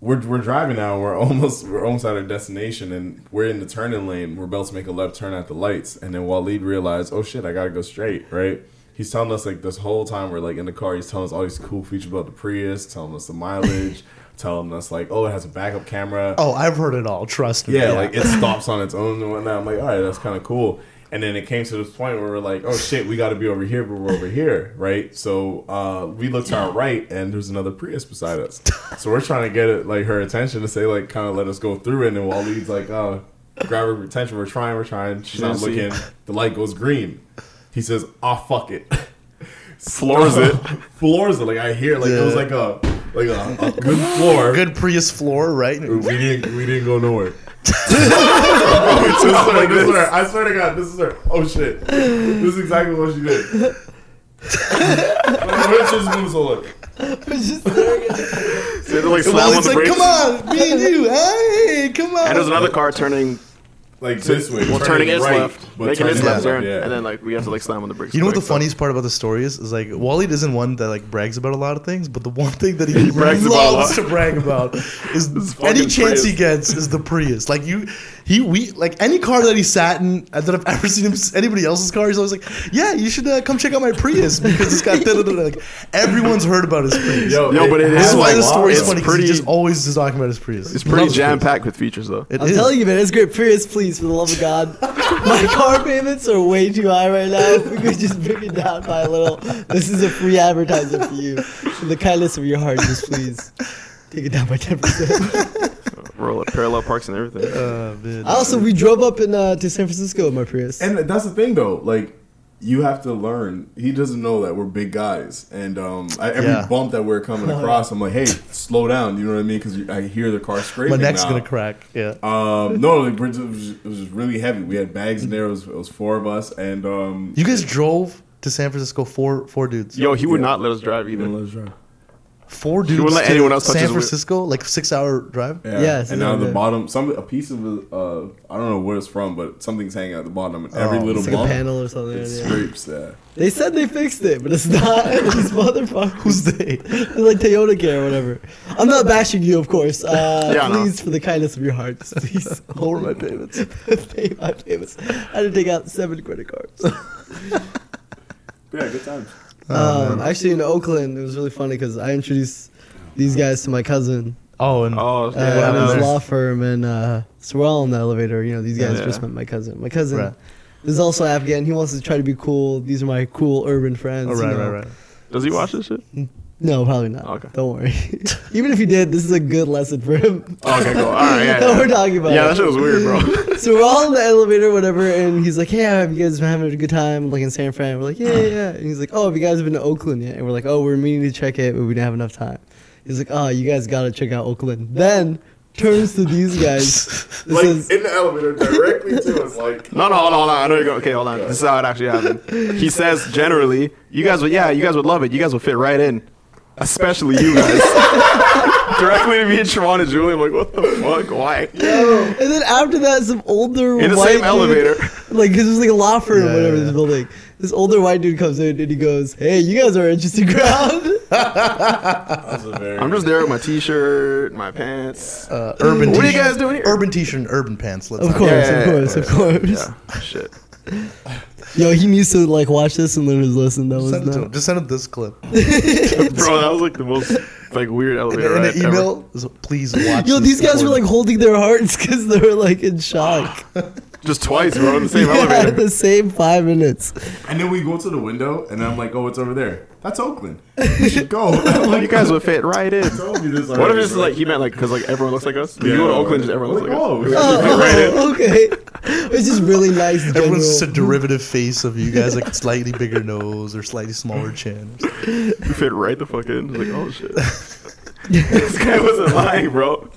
Speaker 4: we're we're driving now. We're almost we're almost at our destination, and we're in the turning lane. We're about to make a left turn at the lights, and then Waleed realized, oh shit, I gotta go straight, right? He's telling us like this whole time we're like in the car. He's telling us all these cool features about the Prius, telling us the mileage, telling us like, oh, it has a backup camera.
Speaker 2: Oh, I've heard it all. Trust me.
Speaker 4: Yeah, like it stops on its own and whatnot. I'm like, all right, that's kind of cool. And then it came to this point where we're like, oh shit, we got to be over here, but we're over here, right? So uh, we look to our right, and there's another Prius beside us. So we're trying to get it, like her attention to say, like, kind of let us go through it. And then Waleed's like, oh, grab her attention. We're trying, we're trying. She's not
Speaker 3: Didn't see
Speaker 4: looking. The light goes green. He says, ah, fuck it.
Speaker 3: Floors it.
Speaker 4: floors it. Like I hear, like it was
Speaker 2: Yeah.
Speaker 4: like a like a, a good floor.
Speaker 2: good Prius floor, right?
Speaker 4: We didn't we didn't go nowhere. This is her, this is her. I swear to God, this is her. Oh shit. This is exactly what she did. Which is moves a look.
Speaker 3: So they, like, slam
Speaker 2: Well,
Speaker 3: on
Speaker 2: it's like,
Speaker 3: the brakes.
Speaker 2: come on, me and you, hey, come on.
Speaker 3: And there's another car turning,
Speaker 4: Like this way.
Speaker 3: well, turning its
Speaker 4: right,
Speaker 3: left,
Speaker 4: but
Speaker 3: making its
Speaker 4: turning
Speaker 3: left turn,
Speaker 4: yeah.
Speaker 3: and then like we have to like slam on the brakes.
Speaker 2: You know what the
Speaker 3: Like, so-
Speaker 2: funniest part about the story is? Is like Waleed isn't one that like brags about a lot of things, but the one thing that he,
Speaker 3: brags about a
Speaker 2: loves
Speaker 3: lot.
Speaker 2: to brag about is any
Speaker 3: fucking
Speaker 2: chance he
Speaker 3: Prius.
Speaker 2: gets is the Prius. Like you, he we like any car that he sat in uh, that I've ever seen him s- anybody else's car. He's always like, yeah, you should uh, come check out my Prius because it's got da-da-da-da." like everyone's heard about his Prius.
Speaker 3: Yo, but it
Speaker 2: this
Speaker 3: is
Speaker 2: is why
Speaker 3: like,
Speaker 2: the story is
Speaker 3: it's
Speaker 2: funny because he
Speaker 3: pretty-
Speaker 2: just always is talking about his Prius.
Speaker 3: It's pretty
Speaker 2: Loves his
Speaker 3: jam
Speaker 2: Prius.
Speaker 3: packed with features though.
Speaker 2: It
Speaker 1: I'm
Speaker 2: is.
Speaker 1: telling you, man, it's great. Prius, please, for the love of God. My car payments are way too high right now. If we could just bring it down by a little. This is a free advertisement for you. From the kindness of your heart, just please take it down by 10%.
Speaker 3: Roll up parallel parks and everything.
Speaker 2: Uh, man.
Speaker 1: Also, we drove up in uh, to San Francisco with my Prius.
Speaker 4: And that's the thing, though. Like, you have to learn. He doesn't know that we're big guys, and um, I, every
Speaker 2: Yeah.
Speaker 4: bump that we're coming across, I'm like, "Hey, slow down!" You know what I mean? Because I hear the car
Speaker 2: my
Speaker 4: scraping.
Speaker 2: neck's
Speaker 4: now.
Speaker 2: gonna crack. Yeah.
Speaker 4: Um, no, like, it was, it was really heavy. We had bags in there. It was, it was four of us, and um,
Speaker 2: You guys drove to San Francisco four four dudes.
Speaker 3: Yo, he would not let us drive either.
Speaker 2: four dudes.
Speaker 3: wouldn't let
Speaker 2: to
Speaker 3: anyone else touch
Speaker 2: San
Speaker 3: his wheel.
Speaker 2: Francisco, like six hour drive.
Speaker 4: Yeah.
Speaker 1: Yeah, it's
Speaker 4: and now
Speaker 1: not
Speaker 4: the
Speaker 1: good.
Speaker 4: bottom, some a piece of uh, I don't know where it's from, but something's hanging at the bottom, and every
Speaker 2: Oh,
Speaker 4: little
Speaker 1: It's like a
Speaker 4: bump
Speaker 1: panel or something.
Speaker 4: it
Speaker 1: yeah.
Speaker 4: scrapes. Yeah.
Speaker 1: They said they fixed it, but it's not. These motherfuckers. Who's they? They're like Toyota Care or whatever. I'm not bashing you, of course. Uh,
Speaker 3: Yeah, I know.
Speaker 1: please, for the kindness of your heart, just please
Speaker 2: Lower my payments.
Speaker 1: pay my payments. I had to take out seven credit cards.
Speaker 4: Yeah, good times.
Speaker 2: Oh,
Speaker 1: um, actually, in Oakland, it was really funny because I introduced these guys to my cousin
Speaker 2: Oh, and
Speaker 3: Oh,
Speaker 1: uh,
Speaker 3: yeah,
Speaker 1: at
Speaker 3: no,
Speaker 1: his
Speaker 3: there's-
Speaker 1: law firm, and uh, so we're all in the elevator. You know, these guys
Speaker 3: Yeah.
Speaker 1: just met my cousin. My cousin
Speaker 2: Right.
Speaker 1: is also Afghan. He wants to try to be cool. These are my cool urban friends.
Speaker 2: oh,
Speaker 1: you
Speaker 2: right,
Speaker 1: know.
Speaker 2: right, right.
Speaker 3: does he watch this shit?
Speaker 1: No, probably not.
Speaker 3: Okay.
Speaker 1: Don't worry. Even if he did, this is a good lesson for him.
Speaker 3: Oh, okay, cool. All right, yeah.
Speaker 1: that
Speaker 3: yeah.
Speaker 1: we're talking about.
Speaker 3: Yeah, that shit was weird, bro.
Speaker 1: So we're all in the elevator, whatever, and he's like, "Hey, have you guys been having a good time?" Like in San Fran, we're like, "Yeah, yeah." yeah." And he's like, "Oh, have you guys been to Oakland yet?" And we're like, "Oh, we're meaning to check it, but we didn't have enough time." He's like, "Oh, you guys gotta check out Oakland." Then turns to these guys.
Speaker 4: Like
Speaker 1: This
Speaker 4: in the elevator, directly to us, like.
Speaker 3: No, no, hold on, hold on. I know you're going. Okay, hold on. This is how it actually happened. He says generally, you guys would, yeah, you guys would love it. You guys would fit right in, especially you guys. Directly to me and Siobhan and Julie, I'm like, what the fuck? Why?
Speaker 1: is, and then after that, some older
Speaker 3: In the
Speaker 1: white
Speaker 3: same
Speaker 1: dude-
Speaker 3: elevator.
Speaker 1: like because it's like a law firm or
Speaker 2: Yeah,
Speaker 1: whatever
Speaker 2: yeah,
Speaker 1: this
Speaker 2: yeah.
Speaker 1: building. This older white dude comes in and he goes, "Hey, you guys are interesting crowd."
Speaker 3: I'm just there with my t-shirt, my pants.
Speaker 2: Uh, urban.
Speaker 3: What are you
Speaker 2: t-shirt-
Speaker 3: guys doing here?
Speaker 2: Urban t-shirt, and urban pants. Let's
Speaker 1: Of
Speaker 2: not-
Speaker 1: course,
Speaker 3: Yeah, yeah,
Speaker 1: of
Speaker 3: yeah,
Speaker 1: course,
Speaker 3: yeah,
Speaker 1: of course.
Speaker 3: Yeah, shit.
Speaker 1: Yo, he needs to like watch this and learn his lesson. That was
Speaker 2: Send it to
Speaker 1: not-
Speaker 2: him. Just send him this clip.
Speaker 3: Bro, that was like the most like weird
Speaker 2: In,
Speaker 3: elevator
Speaker 2: in
Speaker 3: ride
Speaker 2: an
Speaker 3: ever.
Speaker 2: email, is, please watch.
Speaker 1: Yo,
Speaker 2: this
Speaker 1: these guys were
Speaker 2: recording."
Speaker 1: like holding their hearts because they were like in shock.
Speaker 3: Just twice, bro, in the same
Speaker 1: yeah,
Speaker 3: elevator.
Speaker 1: at the same five minutes.
Speaker 4: And then we go to the window, and I'm like, "Oh, it's over there. That's Oakland. You should go." I'm like,
Speaker 3: you guys would fit right in.
Speaker 4: told you this
Speaker 3: What if
Speaker 4: already,
Speaker 3: it's
Speaker 4: bro.
Speaker 3: like he meant like because like everyone looks like us?
Speaker 4: Yeah.
Speaker 3: You go to Oakland, just everyone looks
Speaker 4: Like,
Speaker 3: like us.
Speaker 4: oh,
Speaker 1: Oh, oh, okay. It's just really nice.
Speaker 2: Everyone's just a
Speaker 1: general-
Speaker 2: derivative face of you guys, like slightly bigger nose or slightly smaller chin.
Speaker 3: You fit right the fuck in. It's like oh shit. this guy wasn't lying, bro.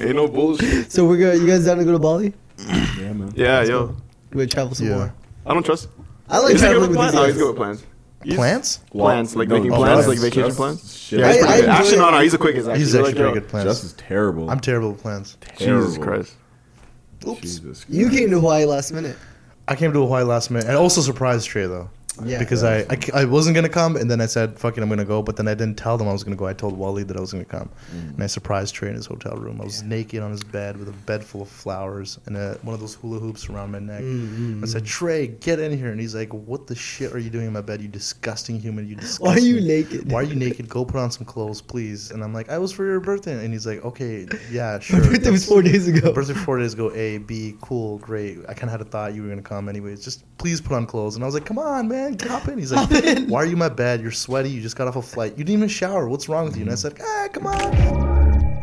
Speaker 3: Ain't no bullshit.
Speaker 1: so we're going. to You guys down to go to Bali?
Speaker 4: Yeah, man.
Speaker 3: Yeah, yo.
Speaker 1: We would travel some
Speaker 2: Yeah.
Speaker 1: more.
Speaker 3: I don't trust.
Speaker 1: I like
Speaker 3: Is he good
Speaker 1: traveling
Speaker 3: with
Speaker 1: with these
Speaker 3: plans? No, he's
Speaker 1: guys.
Speaker 3: good with plans. He's-
Speaker 2: Plants?
Speaker 3: Plans, like
Speaker 4: No,
Speaker 3: making
Speaker 4: no,
Speaker 3: plans,
Speaker 4: Jess-
Speaker 3: like vacation
Speaker 4: Jess-
Speaker 3: plans.
Speaker 4: shit.
Speaker 3: Yeah, he's
Speaker 1: I-
Speaker 3: pretty
Speaker 1: I
Speaker 3: good.
Speaker 1: enjoy-
Speaker 3: Actually, no, no, he's a quick. Actually,
Speaker 2: He's
Speaker 3: like,
Speaker 2: actually very
Speaker 3: yo,
Speaker 2: good plants.
Speaker 4: Jess is terrible.
Speaker 2: I'm terrible with plants.
Speaker 3: Jesus
Speaker 4: Terrible.
Speaker 3: Christ.
Speaker 2: Oops.
Speaker 4: Jesus
Speaker 1: You came to Hawaii last minute.
Speaker 2: I came to Hawaii last minute. And also surprised Trey though.
Speaker 1: Yeah.
Speaker 2: Because I, I, c- I wasn't going to come, and then I said, fuck it, I'm going to go. But then I didn't tell them I was going to go. I told Wally that I was going to come.
Speaker 1: Mm.
Speaker 2: And I surprised Trey in his hotel room. I was naked on his bed with a bed full of flowers and a, one of those hula hoops around my neck.
Speaker 1: Mm-hmm.
Speaker 2: I said, Trey, get in here. And he's like, what the shit are you doing in my bed, you disgusting human? You disgusting.
Speaker 1: Why are you naked?
Speaker 2: Why are you naked? Go put on some clothes, please. And I'm like, I was for your birthday. And he's like, okay, yeah, sure.
Speaker 1: My birthday was
Speaker 2: that's-
Speaker 1: four days
Speaker 2: my
Speaker 1: ago.
Speaker 2: birthday four days ago. A, B, cool, great. I kind of had a thought you were gonna come anyways. Just please put on clothes. And I was like, come on, man, hop in. He's like,
Speaker 1: Hop in.
Speaker 2: why are you in my bed? You're sweaty. You just got off a flight. You didn't even shower. What's wrong with you? And I
Speaker 3: Mm-hmm.
Speaker 2: said, ah, come on.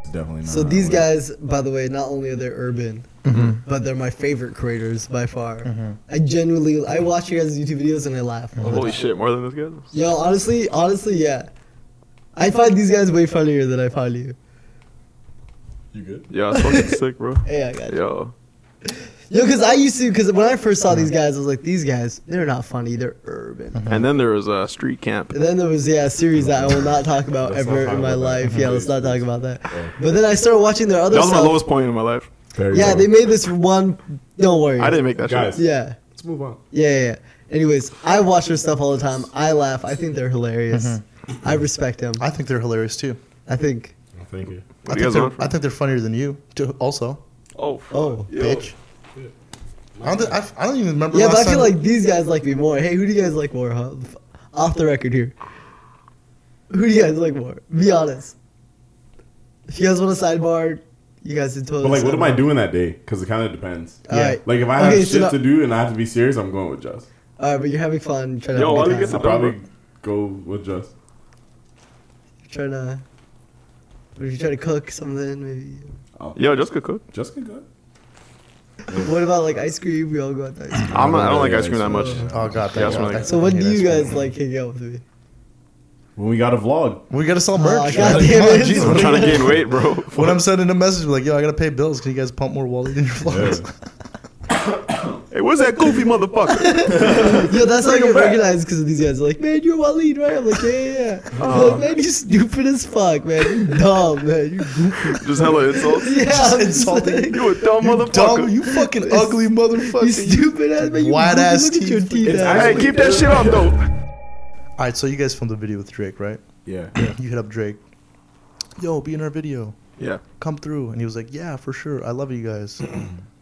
Speaker 4: It's Definitely not.
Speaker 1: So these
Speaker 4: Like,
Speaker 1: guys, by the way, not only are they urban,
Speaker 3: Mm-hmm.
Speaker 1: but they're my favorite creators by far. I genuinely, I watch you guys' YouTube videos and I laugh. all the
Speaker 3: Mm-hmm. Holy
Speaker 1: time.
Speaker 3: shit, more than this guy.
Speaker 1: Yo, honestly, honestly, yeah. I find these guys way funnier than I find you.
Speaker 4: You good?
Speaker 3: Yeah, it's fucking sick, bro.
Speaker 1: Yeah, I got you.
Speaker 3: Yo,
Speaker 1: Yo, because I used to, because when I first saw these guys, I was like, these guys, they're not funny. They're urban.
Speaker 3: and then there was a uh, street camp.
Speaker 1: And then there was yeah a series that I will not talk about
Speaker 4: Let's
Speaker 1: ever
Speaker 4: not talk
Speaker 1: in my
Speaker 4: about that.
Speaker 1: life. Yeah, let's not talk about that.
Speaker 4: Yeah.
Speaker 1: But then I started watching their other
Speaker 3: That was my
Speaker 1: stuff.
Speaker 3: lowest point in my life.
Speaker 4: Very
Speaker 1: yeah,
Speaker 4: well.
Speaker 1: they made this one. Don't worry.
Speaker 3: I didn't make that
Speaker 4: Guys.
Speaker 3: shit.
Speaker 1: Yeah.
Speaker 4: Let's move on.
Speaker 1: Yeah, yeah, yeah. Anyways, I watch their stuff all the time. I laugh. I think they're hilarious.
Speaker 2: Mm-hmm.
Speaker 1: I respect them.
Speaker 2: I think they're hilarious too.
Speaker 1: I think.
Speaker 4: Oh, Thank
Speaker 1: Oh,
Speaker 4: you.
Speaker 2: I
Speaker 3: What do you
Speaker 2: think,
Speaker 3: guys
Speaker 2: they're,
Speaker 3: want
Speaker 2: I
Speaker 3: from?
Speaker 2: think they're funnier than you too, also,
Speaker 3: Oh,
Speaker 1: Oh,
Speaker 3: yo.
Speaker 2: bitch. I don't, thi- I, I don't even remember.
Speaker 1: Yeah,
Speaker 2: last
Speaker 1: but I feel
Speaker 2: time-
Speaker 1: like these guys like me more. Hey, who do you guys like more? Huh? F- Off the record here. Who do you guys like more? Be honest. If you guys want a sidebar, you guys can totally.
Speaker 4: But like, what am I
Speaker 1: sidebar.
Speaker 4: doing that day? Because it kind of depends.
Speaker 1: All right.
Speaker 4: Like, if I have
Speaker 1: Okay, so
Speaker 4: shit
Speaker 1: now-
Speaker 4: to do and I have to be serious, I'm going with Just.
Speaker 1: All right, but you're having fun. Trying to
Speaker 3: Yo,
Speaker 1: have
Speaker 3: why
Speaker 1: a
Speaker 3: do
Speaker 1: good
Speaker 3: you get
Speaker 1: time.
Speaker 4: I'll probably go with Just.
Speaker 1: trying to. If you try to cook something, maybe.
Speaker 4: Oh,
Speaker 3: Yo, just could cook.
Speaker 4: Just can go.
Speaker 1: What about like ice cream? We all go out to ice cream.
Speaker 3: I'm not, I don't
Speaker 4: Yeah,
Speaker 3: like
Speaker 4: yeah,
Speaker 3: ice cream that much.
Speaker 4: it's-
Speaker 2: Oh god,
Speaker 3: Yeah,
Speaker 2: thank
Speaker 3: it's
Speaker 2: God.
Speaker 3: really
Speaker 2: That's-
Speaker 1: So when
Speaker 2: I
Speaker 1: do
Speaker 2: hate
Speaker 1: you
Speaker 2: ice cream.
Speaker 1: guys like hang out with me?
Speaker 4: When we got a vlog,
Speaker 2: We gotta sell merch.
Speaker 1: God
Speaker 2: Like,
Speaker 1: damn
Speaker 2: come on,
Speaker 1: it.
Speaker 2: Jesus,
Speaker 3: I'm
Speaker 2: what
Speaker 3: trying to
Speaker 2: are you-
Speaker 3: gain weight, bro.
Speaker 2: When I'm sending a message, like, yo, I gotta pay bills. Can you guys pump more wallet in your vlogs?
Speaker 3: Hey, where's that goofy motherfucker?
Speaker 1: Yo, that's how I
Speaker 4: Bring
Speaker 1: get
Speaker 4: 'em back.
Speaker 1: recognized because of these guys. They're like, man, you're Waleed, right? I'm like, yeah, yeah, yeah. They're
Speaker 2: Oh.
Speaker 1: like, man, you stupid as fuck, man. You dumb, man. You goofy.
Speaker 3: just hella insults.
Speaker 1: Yeah, I'm
Speaker 2: insulting.
Speaker 1: like,
Speaker 3: You a dumb motherfucker.
Speaker 2: Dumb, you fucking ugly
Speaker 1: You
Speaker 2: motherfucker.
Speaker 1: stupid ass man. You
Speaker 2: Wide
Speaker 1: goofy.
Speaker 2: ass
Speaker 1: Look at your
Speaker 2: teeth.
Speaker 1: teeth.
Speaker 4: It's
Speaker 1: ass.
Speaker 3: hey, keep that shit up, though.
Speaker 2: All right, so you guys filmed a video with Drake, right?
Speaker 4: yeah,
Speaker 2: You hit up Drake. Yo, be in our video.
Speaker 3: Yeah.
Speaker 2: Come through. And he was like, yeah, for sure. I love you guys.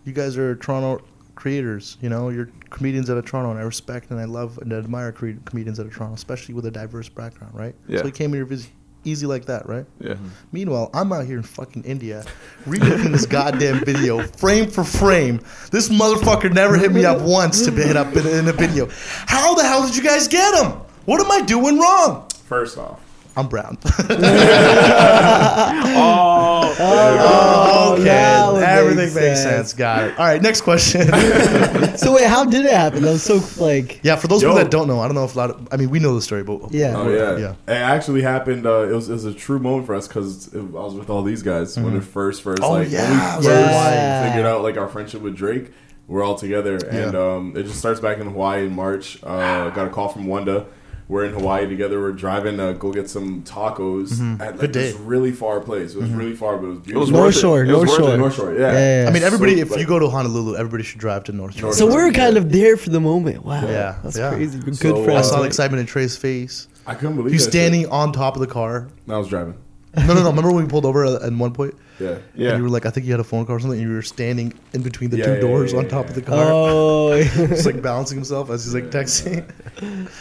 Speaker 2: you guys are Toronto creators. You know, you're comedians out of Toronto, and I respect and I love and admire cre- comedians out of Toronto, especially with a diverse background, right?
Speaker 3: Yeah.
Speaker 2: So he came in your visit easy like that, right?
Speaker 3: Yeah.
Speaker 2: Meanwhile, I'm out here in fucking India remaking this goddamn video frame for frame. This motherfucker never hit me up once to be hit up in, in a video. How the hell did you guys get him? What am I doing wrong?
Speaker 4: first off.
Speaker 2: I'm brown.
Speaker 3: Oh,
Speaker 1: Oh, now it
Speaker 2: everything
Speaker 1: makes sense.
Speaker 2: makes, sense. Got it. All right, next question.
Speaker 1: So wait, how did it happen? That was so like.
Speaker 2: yeah, for those
Speaker 4: Yo.
Speaker 2: people that don't know, I don't know if a lot of, I mean, we know the story, but
Speaker 1: Yeah.
Speaker 4: Oh yeah.
Speaker 2: Yeah.
Speaker 4: It actually happened. Uh, it, was, it was a true moment for us because I was with all these guys when it first, first,
Speaker 2: Oh,
Speaker 4: like
Speaker 2: yeah, I
Speaker 4: when
Speaker 2: was
Speaker 4: we first
Speaker 1: like-
Speaker 4: figured out like our friendship with Drake. We're all together, and um, it just starts back in Hawaii in March. Uh, got a call from Wanda. We're in Hawaii together. We're driving to go get some tacos at like,
Speaker 2: Good day.
Speaker 4: this really far place. It was really far, but it was beautiful.
Speaker 3: was
Speaker 1: North
Speaker 3: worth it.
Speaker 1: Shore,
Speaker 3: It
Speaker 1: North
Speaker 3: was worth
Speaker 1: Shore.
Speaker 3: it.
Speaker 4: North Shore, yeah.
Speaker 1: Yeah, yeah.
Speaker 2: I mean, everybody,
Speaker 4: So,
Speaker 2: if
Speaker 4: like-
Speaker 2: you go to Honolulu, everybody should drive to North Shore.
Speaker 4: North
Speaker 1: So
Speaker 4: Shore.
Speaker 1: we're kind of there for the moment. Wow.
Speaker 2: Yeah,
Speaker 1: That's
Speaker 2: yeah.
Speaker 1: crazy. We're good
Speaker 4: So, uh,
Speaker 1: friends.
Speaker 2: I saw the
Speaker 1: right?
Speaker 2: excitement in Trey's face.
Speaker 4: I couldn't believe
Speaker 2: You
Speaker 4: that shit.
Speaker 2: standing on top of the car.
Speaker 4: I was driving.
Speaker 2: No, no, no. Remember when we pulled over at at one point?
Speaker 4: Yeah.
Speaker 3: Yeah.
Speaker 2: And you were like, I think you had a phone call or something. And you were standing in between the
Speaker 4: Yeah,
Speaker 2: two
Speaker 4: yeah,
Speaker 2: doors
Speaker 4: yeah,
Speaker 2: on
Speaker 4: yeah,
Speaker 2: top
Speaker 4: yeah.
Speaker 2: of the car.
Speaker 1: Oh.
Speaker 2: Just like balancing himself as he's like texting.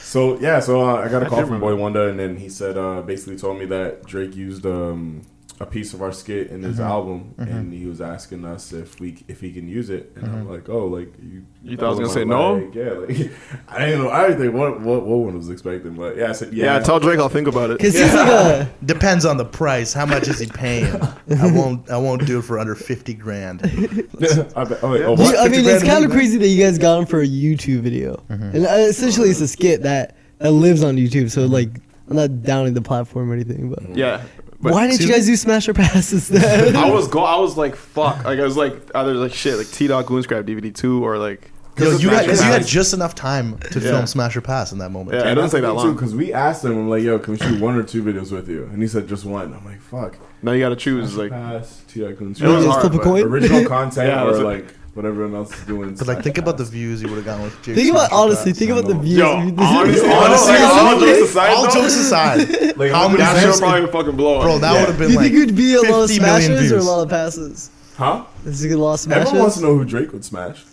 Speaker 4: So yeah, so uh, I got a
Speaker 3: I
Speaker 4: call
Speaker 3: do
Speaker 4: from
Speaker 3: remember.
Speaker 4: Boy Wanda, and then he said uh, basically told me that Drake used um, a piece of our skit in
Speaker 2: Mm-hmm.
Speaker 4: his album, and he was asking us if we if he can use it, and
Speaker 2: Mm-hmm.
Speaker 4: I'm like, oh, like you
Speaker 3: You thought I was gonna
Speaker 4: I'm
Speaker 3: say no?
Speaker 4: like, Yeah, like, I didn't know. I didn't think what what what one was expecting, but yeah, I said yeah.
Speaker 3: Yeah, tell Drake I'll think about it.
Speaker 1: Because he's like a.
Speaker 2: Depends on the price. How much is he paying? I won't. I won't do it for under fifty grand.
Speaker 4: I bet- I'm like, oh,
Speaker 1: You-
Speaker 4: what?
Speaker 1: I mean, it's
Speaker 2: 50 grand a
Speaker 1: kind of
Speaker 2: week,
Speaker 1: crazy that you guys got him for a YouTube video,
Speaker 3: Mm-hmm.
Speaker 1: and uh, essentially it's a skit that that lives on YouTube. So like, I'm not downing the platform or anything, but,
Speaker 3: Yeah. But
Speaker 1: why didn't you
Speaker 2: see-
Speaker 1: guys do Smash or Pass instead?
Speaker 3: I was go. I was like, fuck. Like I was like, either like shit, like T Dog Goonscribe DVD two, or like.
Speaker 2: Yo, you
Speaker 3: Smash
Speaker 2: had, 'cause you had
Speaker 3: Pass.
Speaker 2: just enough time to
Speaker 3: Yeah.
Speaker 2: film Smash or Pass in that moment.
Speaker 3: Yeah. it doesn't take that long.
Speaker 4: because we asked him, I'm like, yo, can we shoot one or two videos with you? And he said just one. I'm like, fuck.
Speaker 3: Now you gotta choose. Like,
Speaker 4: Pass, T.I. Kunz.
Speaker 3: It was
Speaker 1: Just
Speaker 3: hard,
Speaker 1: flip a
Speaker 3: but
Speaker 1: coin?
Speaker 4: original content
Speaker 3: Yeah, it
Speaker 4: or
Speaker 3: was a-
Speaker 4: like what everyone else is doing.
Speaker 2: But like, think about the views you would have gotten with Jake.
Speaker 1: think about
Speaker 2: Smash or
Speaker 1: honestly.
Speaker 2: Pass.
Speaker 1: Think about the
Speaker 4: Yo,
Speaker 1: views.
Speaker 3: yo, honestly, honestly, all jokes aside,
Speaker 2: All
Speaker 3: though,
Speaker 2: jokes aside,
Speaker 4: Like,
Speaker 2: how many
Speaker 3: that shit'll
Speaker 2: views?
Speaker 3: probably fucking blow up.
Speaker 2: Bro, that
Speaker 4: Yeah.
Speaker 2: would have
Speaker 1: Do
Speaker 2: been
Speaker 1: you
Speaker 2: like.
Speaker 1: think you'd be a lot of
Speaker 2: 50 million
Speaker 1: smashes or a
Speaker 2: views.
Speaker 1: lot of passes?
Speaker 4: huh?
Speaker 1: Is he a lot of
Speaker 4: Everyone wants to
Speaker 1: smashes?
Speaker 4: know who Drake would smash.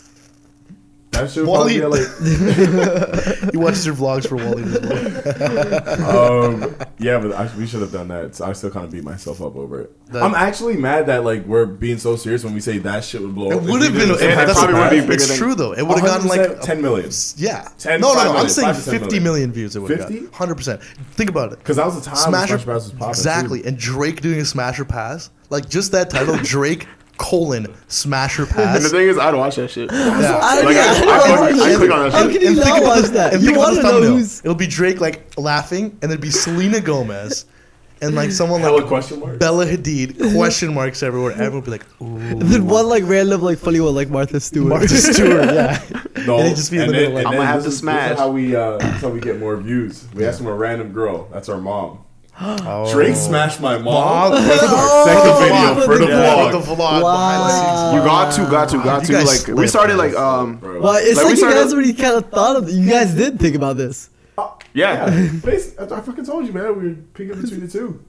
Speaker 4: That should
Speaker 2: Wally-
Speaker 4: probably be like,
Speaker 2: You watched your vlogs for Wally as well.
Speaker 4: um, yeah, but I, we should have done that. So I still kind of beat myself up over it.
Speaker 2: That-
Speaker 4: I'm actually mad that like we're being so serious when we say that shit would blow
Speaker 2: It
Speaker 4: up. If we
Speaker 2: would have
Speaker 4: did
Speaker 2: been.
Speaker 4: this, it
Speaker 2: that's-
Speaker 3: probably would be bigger
Speaker 2: It's
Speaker 3: than-
Speaker 2: true though. It would have gotten like
Speaker 4: 100%, 10 million.
Speaker 2: yeah.
Speaker 4: 10,
Speaker 2: no,
Speaker 4: five
Speaker 2: no, no. I'm
Speaker 4: million,
Speaker 2: saying
Speaker 4: five to 10
Speaker 2: 50
Speaker 4: million.
Speaker 2: million views. It would have
Speaker 4: 50?
Speaker 2: gotten 100. percent Think about it.
Speaker 4: Because that was the time when
Speaker 2: Smasher,
Speaker 4: Smash Bros was popping.
Speaker 2: exactly,
Speaker 4: too.
Speaker 2: and Drake doing a smasher pass, like just that title, Drake colon smasher pass.
Speaker 3: And the thing is, I'd watch that shit. Like,
Speaker 2: Yeah.
Speaker 1: I
Speaker 3: I, I, click, I click on
Speaker 1: How can
Speaker 3: that shit.
Speaker 1: you
Speaker 2: think
Speaker 1: not
Speaker 2: about
Speaker 1: watch
Speaker 2: the-
Speaker 1: that?
Speaker 2: and
Speaker 1: You
Speaker 2: think about
Speaker 1: want
Speaker 2: the
Speaker 1: to know
Speaker 2: thumbnail.
Speaker 1: who's
Speaker 2: It'll be Drake like laughing, and it'd be Selena Gomez, and like someone
Speaker 4: Hella
Speaker 2: like
Speaker 4: question mark.
Speaker 2: Bella Hadid question marks everywhere. Everyone would be like, ooh.
Speaker 1: Then one like random like funny one like Martha Stewart.
Speaker 2: Martha Stewart, yeah.
Speaker 4: No,
Speaker 2: And it just be in the middle, like-
Speaker 3: I'ma have to
Speaker 4: this is- this is
Speaker 3: smash.
Speaker 4: how we uh, this is how we get more views. We ask from a random girl. That's our mom. Drake smashed my mom.
Speaker 2: Oh. Mom.
Speaker 4: That's
Speaker 2: Oh,
Speaker 4: our second video
Speaker 1: for
Speaker 4: for
Speaker 1: the
Speaker 4: the
Speaker 2: Yeah,
Speaker 4: vlog.
Speaker 2: with the vlog
Speaker 1: Wow.
Speaker 2: behind the scenes.
Speaker 3: You got to, got to, got
Speaker 2: You
Speaker 3: to.
Speaker 2: guys
Speaker 3: Like we
Speaker 2: slipped,
Speaker 3: started
Speaker 4: man.
Speaker 3: like um
Speaker 4: Bro.
Speaker 1: Well, it's
Speaker 3: Like,
Speaker 1: like,
Speaker 3: we
Speaker 1: you
Speaker 3: started-
Speaker 1: guys already kind of thought of. You guys did think about this.
Speaker 3: yeah.
Speaker 4: Bas- I I fucking told you, man. We were picking between the two.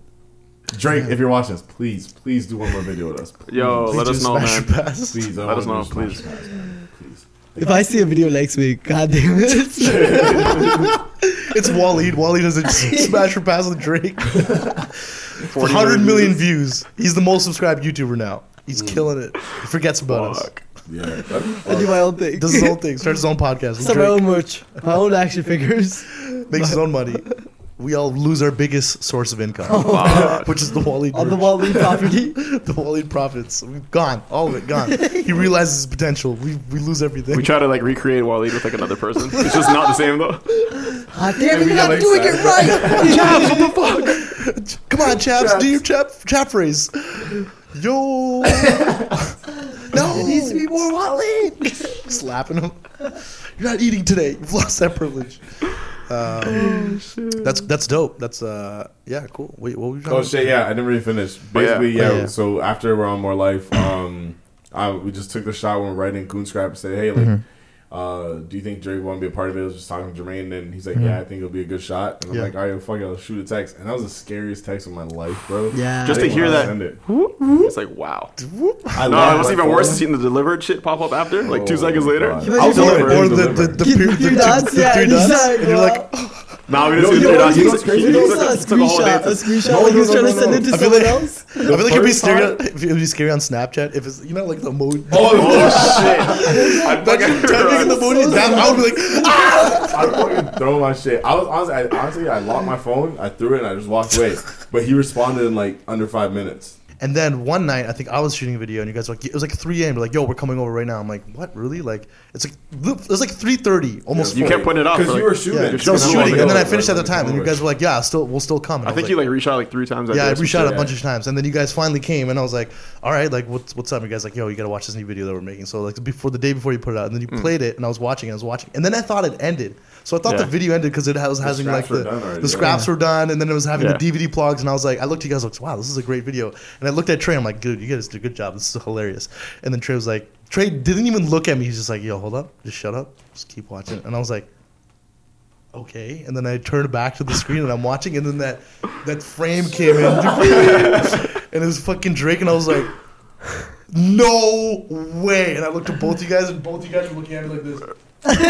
Speaker 4: Drake, if you're watching this, please, please do one more video with us.
Speaker 3: Yo, let us
Speaker 2: Just
Speaker 3: know,
Speaker 2: smash
Speaker 3: man.
Speaker 2: your pass.
Speaker 4: Please, I
Speaker 3: Let us
Speaker 4: wanna
Speaker 3: know,
Speaker 4: do Smash
Speaker 3: please.
Speaker 4: Mouth, man. Please.
Speaker 1: If I see a video next week, god damn it.
Speaker 2: It's Waleed. Waleed does a smash for pass with Drake. 100 million views. He's the most subscribed YouTuber now. He's killing it. He forgets about us.
Speaker 3: Mm. Fuck.
Speaker 4: Yeah. that'd be
Speaker 1: I do
Speaker 4: fun.
Speaker 1: my own thing.
Speaker 2: Does his own thing. Starts his own podcast. with
Speaker 1: Start my
Speaker 2: Drake.
Speaker 1: own merch, my own action figures.
Speaker 2: makes his own money. We all lose our biggest source of income, which is the Wally
Speaker 1: Oh, on the
Speaker 2: merch.
Speaker 1: Wally property.
Speaker 2: the Wally profits. We've gone, all of it gone. he realizes his potential. We, we lose everything.
Speaker 3: We try to like recreate Waleed with like another person. It's just not the same though.
Speaker 1: Ah, damn
Speaker 4: we
Speaker 1: it, you're
Speaker 4: got,
Speaker 1: not
Speaker 4: like,
Speaker 1: doing it
Speaker 4: sad.
Speaker 1: right.
Speaker 2: Chaps, what the fuck? Come on, chaps, do your chap chap phrase. Yo, no,
Speaker 1: It needs to be more Wally.
Speaker 2: slapping him. You're not eating today. You've lost that privilege. Um, that's that's dope. That's uh yeah cool. Wait, what were you talking
Speaker 4: Oh
Speaker 2: about?
Speaker 4: shit! Yeah, I didn't really finish.
Speaker 3: yeah.
Speaker 4: Basically, yeah.
Speaker 1: Oh, yeah.
Speaker 4: So after we're on more life, um, I, we just took the shot when we were writing Goon Scrap and said, "Hey, like, uh, do you think Drake want to be a part of it?" I was just talking to Jermaine, and he's like, "Yeah, I think it'll be a good shot." And I'm
Speaker 2: Yeah.
Speaker 4: like, "All right, fuck it, I'll shoot a text." And that was the scariest text of my life, bro.
Speaker 1: Yeah.
Speaker 3: Just to
Speaker 4: Like,
Speaker 3: hear
Speaker 4: when I
Speaker 3: that-
Speaker 4: send it.
Speaker 3: It's like wow.
Speaker 4: I
Speaker 3: No,
Speaker 4: lost
Speaker 3: what's
Speaker 4: my
Speaker 3: even
Speaker 4: phone.
Speaker 3: worse is seeing the delivered shit pop up after, like two
Speaker 4: Oh,
Speaker 3: seconds
Speaker 4: my
Speaker 3: later.
Speaker 4: God.
Speaker 1: Can I
Speaker 2: Or
Speaker 1: just-
Speaker 4: Deliver.
Speaker 2: the, or the,
Speaker 4: Deliver.
Speaker 2: the, the,
Speaker 1: Get
Speaker 2: peri-
Speaker 1: the
Speaker 2: the,
Speaker 1: three
Speaker 2: two-
Speaker 1: dots,
Speaker 2: the
Speaker 1: yeah,
Speaker 2: three
Speaker 1: and
Speaker 2: dots,
Speaker 1: he's like,
Speaker 2: and you're like,
Speaker 3: Nah, we didn't
Speaker 4: Yo,
Speaker 3: see the
Speaker 4: yo,
Speaker 3: three dots.
Speaker 4: you
Speaker 3: He took-
Speaker 4: know what's crazy?
Speaker 3: he
Speaker 1: He
Speaker 4: Yo,
Speaker 3: took
Speaker 1: just
Speaker 4: it's
Speaker 1: saw a
Speaker 2: uh,
Speaker 3: a- took a whole day
Speaker 1: screenshot, a
Speaker 3: to
Speaker 1: screenshot.
Speaker 4: No,
Speaker 1: like
Speaker 4: no,
Speaker 1: he was
Speaker 4: no,
Speaker 1: trying
Speaker 4: no,
Speaker 1: to send
Speaker 4: no.
Speaker 1: it to
Speaker 2: I feel
Speaker 1: someone
Speaker 2: like-
Speaker 1: else.
Speaker 2: I feel like it'd be
Speaker 4: first
Speaker 2: serious if it was scary on Snapchat. If it's you know like the emoji,
Speaker 4: Oh,
Speaker 3: shit. I fucking
Speaker 2: typing in the emoji, that I would be like, ah!
Speaker 4: I fucking throw my shit. I was honestly, I, honestly, I locked my phone. I threw it, and I just walked away. But he responded in like under five minutes.
Speaker 2: And then one night, I think I was shooting a video, and you guys were like, it was like 3 a.m. You're like, yo, we're coming over right now. I'm like, what, really? Like, it's like it was like 3:30, almost.
Speaker 3: You
Speaker 2: four.
Speaker 3: kept putting it off.
Speaker 4: Because
Speaker 3: for,
Speaker 4: you
Speaker 3: like-
Speaker 4: were shooting.
Speaker 2: Yeah,
Speaker 3: you're
Speaker 2: so I was
Speaker 3: shooting.
Speaker 2: shooting, and then I
Speaker 3: Yeah,
Speaker 2: finished at the
Speaker 4: Like,
Speaker 2: time, and you
Speaker 4: over.
Speaker 2: guys were like, yeah, still, we'll still come. And
Speaker 3: I
Speaker 2: was
Speaker 3: think you like reshot like three times. that
Speaker 2: Yeah,
Speaker 3: day
Speaker 2: I
Speaker 3: or some
Speaker 2: reshot
Speaker 3: shit.
Speaker 2: a bunch of times, and then you guys finally came, and I was like, "All right, like, what's what's up?" You guys like, "Yo, you gotta watch this new video that we're making." So like before the day before you put it out, and then you
Speaker 3: Hmm.
Speaker 2: played it, and I was watching, and I was watching, and then I thought it ended. So I thought the
Speaker 3: Yeah.
Speaker 2: video ended because it was having like
Speaker 4: scraps were
Speaker 2: the,
Speaker 4: done already,
Speaker 2: the
Speaker 4: yeah.
Speaker 2: scraps were done, and then it was having
Speaker 3: Yeah.
Speaker 2: the DVD plugs, and I was like, I looked at you guys, like, "Wow, this is a great video," and I looked at Trey, I'm like, "Dude, you guys did a good job. This is hilarious." And then Trey was like, Trey didn't even look at me. He's just like, "Yo, hold up, just shut up, just keep watching," and I was like okay and then i turned back to the screen and i'm watching and then that that frame came in and it was fucking drake and i was like no way and i looked at both you guys and both you guys were looking at me like this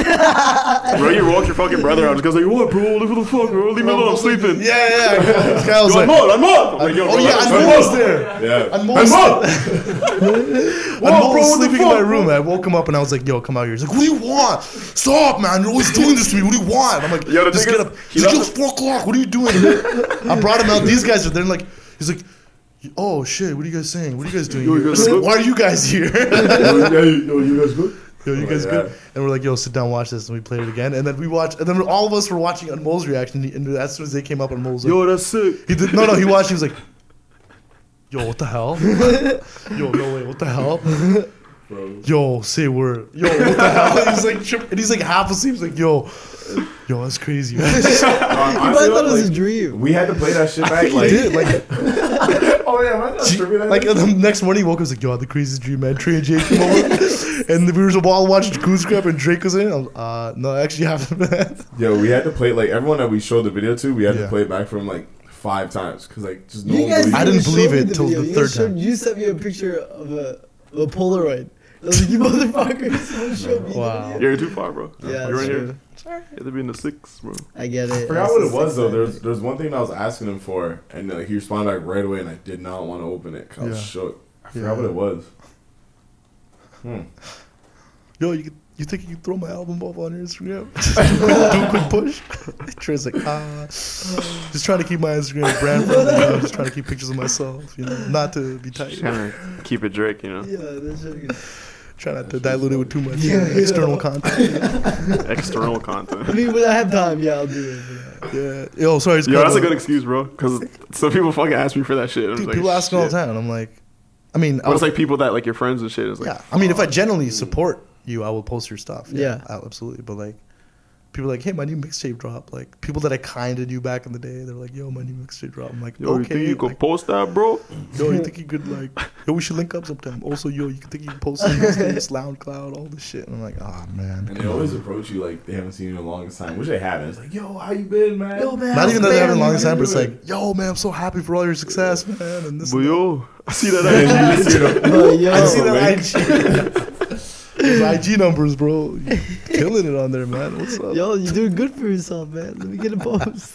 Speaker 3: Bro, you woke your fucking brother up. This guy's like, what, bro? Leave me the fuck, bro. Leave me alone. I'm sleeping.
Speaker 2: yeah yeah, yeah this guy was
Speaker 3: Yo, I'm
Speaker 2: like
Speaker 3: on. I'm on. I'm like, yo,
Speaker 2: oh
Speaker 3: bro,
Speaker 2: yeah
Speaker 3: I'm
Speaker 2: i'm
Speaker 3: on.
Speaker 2: almost there
Speaker 4: Yeah.
Speaker 2: i'm
Speaker 3: I'm
Speaker 2: almost
Speaker 3: on.
Speaker 2: I'm
Speaker 3: Whoa, bro, what the
Speaker 2: sleeping
Speaker 3: fuck,
Speaker 2: in my
Speaker 3: bro?
Speaker 2: room. I woke him up and I was like, "Yo, come out here." He's like, "What do you want? Stop, man! You're always doing this to me. What do you want?" I'm like,
Speaker 3: Yo, the
Speaker 2: "Just
Speaker 3: thing
Speaker 2: get
Speaker 3: is,
Speaker 2: up."
Speaker 3: he
Speaker 2: He's like, "Yo,
Speaker 3: left
Speaker 2: four o'clock. What are you doing?" I brought him out. These guys are there. and Like, he's like, "Oh shit, what are you guys saying? What are you guys doing?
Speaker 3: Yo, you
Speaker 2: here?
Speaker 3: guys good?
Speaker 2: Why are you guys here?"
Speaker 4: yo, yo, yo, you guys good?
Speaker 2: Yo, you
Speaker 4: Oh,
Speaker 2: guys
Speaker 4: yeah.
Speaker 2: good? And we're like, yo, sit down, watch this, and we played it again. And then we watched, and then all of us were watching Unmol's reaction. And as soon as they came up, Unmol's like,
Speaker 3: Yo, that's sick.
Speaker 2: he did no no he watched he was like Yo what the hell? Yo no way what the hell? Yo say word. Yo what the hell? He's like trip- and he's like half asleep. He's like yo, yo that's crazy.
Speaker 4: No, I'm
Speaker 1: I
Speaker 4: honestly,
Speaker 1: thought it was a
Speaker 4: like,
Speaker 1: dream.
Speaker 4: We had to play that shit
Speaker 2: Like,
Speaker 4: back. Like,
Speaker 2: did like
Speaker 4: oh yeah, am I not tripping? Like,
Speaker 2: like and the next morning he woke up he was like yo I had the craziest dream man. Trey and Jay came over and we were all watching Goose Crap and Drake was in. I'm, uh no it actually happened.
Speaker 4: yo, we had to play like everyone that we showed the video to. We had
Speaker 2: Yeah.
Speaker 4: to play it back from like five times because like just no
Speaker 1: You
Speaker 4: one
Speaker 1: guys
Speaker 4: believed
Speaker 2: I
Speaker 4: it.
Speaker 2: didn't
Speaker 1: showed
Speaker 2: believe
Speaker 1: me
Speaker 2: it till
Speaker 1: video.
Speaker 2: the
Speaker 1: You
Speaker 2: third
Speaker 1: showed-
Speaker 2: time.
Speaker 1: You sent me a picture of a, of a Polaroid. I was like, you motherfuckers, don't show me the
Speaker 2: Wow.
Speaker 1: video."
Speaker 3: You're too far, bro.
Speaker 1: Yeah,
Speaker 3: You're
Speaker 1: that's
Speaker 3: right
Speaker 1: true.
Speaker 3: here. You had to be in the six, bro.
Speaker 1: I get it.
Speaker 4: I forgot what it was though. There's there's one thing that I was asking him for, and uh, he responded back right away, and I did not want to open it. 'cause I was
Speaker 2: Yeah.
Speaker 4: shook. I forgot
Speaker 2: Yeah.
Speaker 4: what it was. Hmm.
Speaker 2: yo you could- you think you can throw my album up on your Instagram? Do a quick push. Trey's like ah, just trying to keep my Instagram brand friendly. You know, just trying to keep pictures of myself. You know, not to be tight.
Speaker 3: Just trying to keep it Drake, you know.
Speaker 1: Yeah, that's really good.
Speaker 2: Try not to dilute it with too much external content.
Speaker 3: External content.
Speaker 1: I mean, when I have time, yeah, I'll do it.
Speaker 2: Yeah. Yo, sorry. It's
Speaker 3: Yo,
Speaker 2: called
Speaker 3: that's a good
Speaker 2: a-
Speaker 3: excuse, bro. Because some people fucking ask me for that shit. and I'm
Speaker 2: Dude,
Speaker 3: like,
Speaker 2: people ask me all the
Speaker 3: shit.
Speaker 2: time. and I'm like, I mean, I
Speaker 3: But it's
Speaker 2: would-
Speaker 3: like people that like your friends and shit. It's like,
Speaker 2: yeah. I mean, if I genuinely support you, I will post your stuff.
Speaker 1: Yeah.
Speaker 2: I- absolutely. But like, people are like, hey, my new mixtape drop. Like, people that I kinded you back in the day, they're like, yo, my new mixtape drop. I'm like,
Speaker 3: yo, you
Speaker 2: okay.
Speaker 3: think you could
Speaker 2: like,
Speaker 3: post that, bro?
Speaker 2: yo, you think you could like, yo, we should link up sometime. Also, yo, you think you could post some mixtapes, SoundCloud, all this shit. And I'm like, oh man.
Speaker 4: And they always approach you like they haven't seen you in the longest time, which they haven't. It's like, yo, how you been, man? Yo, man.
Speaker 2: Not even that they have a long
Speaker 4: how
Speaker 2: time,
Speaker 4: you
Speaker 2: but it's
Speaker 4: doing?
Speaker 2: like, yo, man, I'm so happy for all your success, man. And this
Speaker 3: But
Speaker 2: and that.
Speaker 3: yo, I see that.
Speaker 4: And
Speaker 3: ass.
Speaker 4: you just hear the-
Speaker 1: But yo,
Speaker 2: I see
Speaker 4: man.
Speaker 2: that IG. Those IG numbers, bro. You're killing it on there, man. What's up?
Speaker 1: yo, you're doing good for yourself, man. Let me get a post.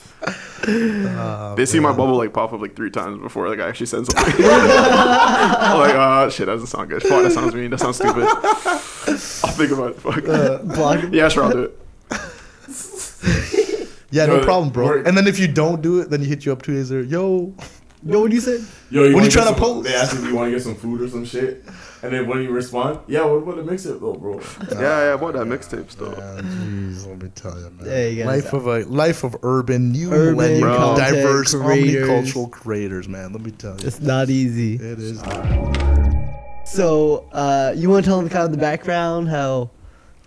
Speaker 2: Uh,
Speaker 3: They see my bubble like pop up like three times before like I actually said something. I'm like, ah, shit, that doesn't sound good. Fuck, that sounds mean. That sounds stupid. I'll think about it. Fuck.
Speaker 1: Block him.
Speaker 3: yeah, sure, I'll do it.
Speaker 2: yeah,
Speaker 4: Yo,
Speaker 2: no
Speaker 4: that
Speaker 2: problem, bro.
Speaker 4: worked.
Speaker 2: And then if you don't do it, then you hit you up two days later. Yo,
Speaker 1: Yo, what do you say?
Speaker 4: Yo, you
Speaker 2: What are
Speaker 4: wanna
Speaker 2: you
Speaker 4: get
Speaker 2: trying to
Speaker 4: some-
Speaker 2: post?
Speaker 4: They ask if you want to get some food or some shit, and then when you respond, yeah, what about the mix-up though, bro?
Speaker 3: Yeah, yeah, I bought that mixtape still.
Speaker 2: Oh, jeez, let me tell you, man.
Speaker 1: There you go.
Speaker 2: life of a life of urban, new
Speaker 1: Urban
Speaker 2: millennial,
Speaker 1: content
Speaker 2: diverse,
Speaker 1: creators. Ah,
Speaker 2: omnicultural creators, man. Let me tell you,
Speaker 1: It's not easy.
Speaker 2: it is.
Speaker 1: So, uh, you want to tell them kind of the background, how,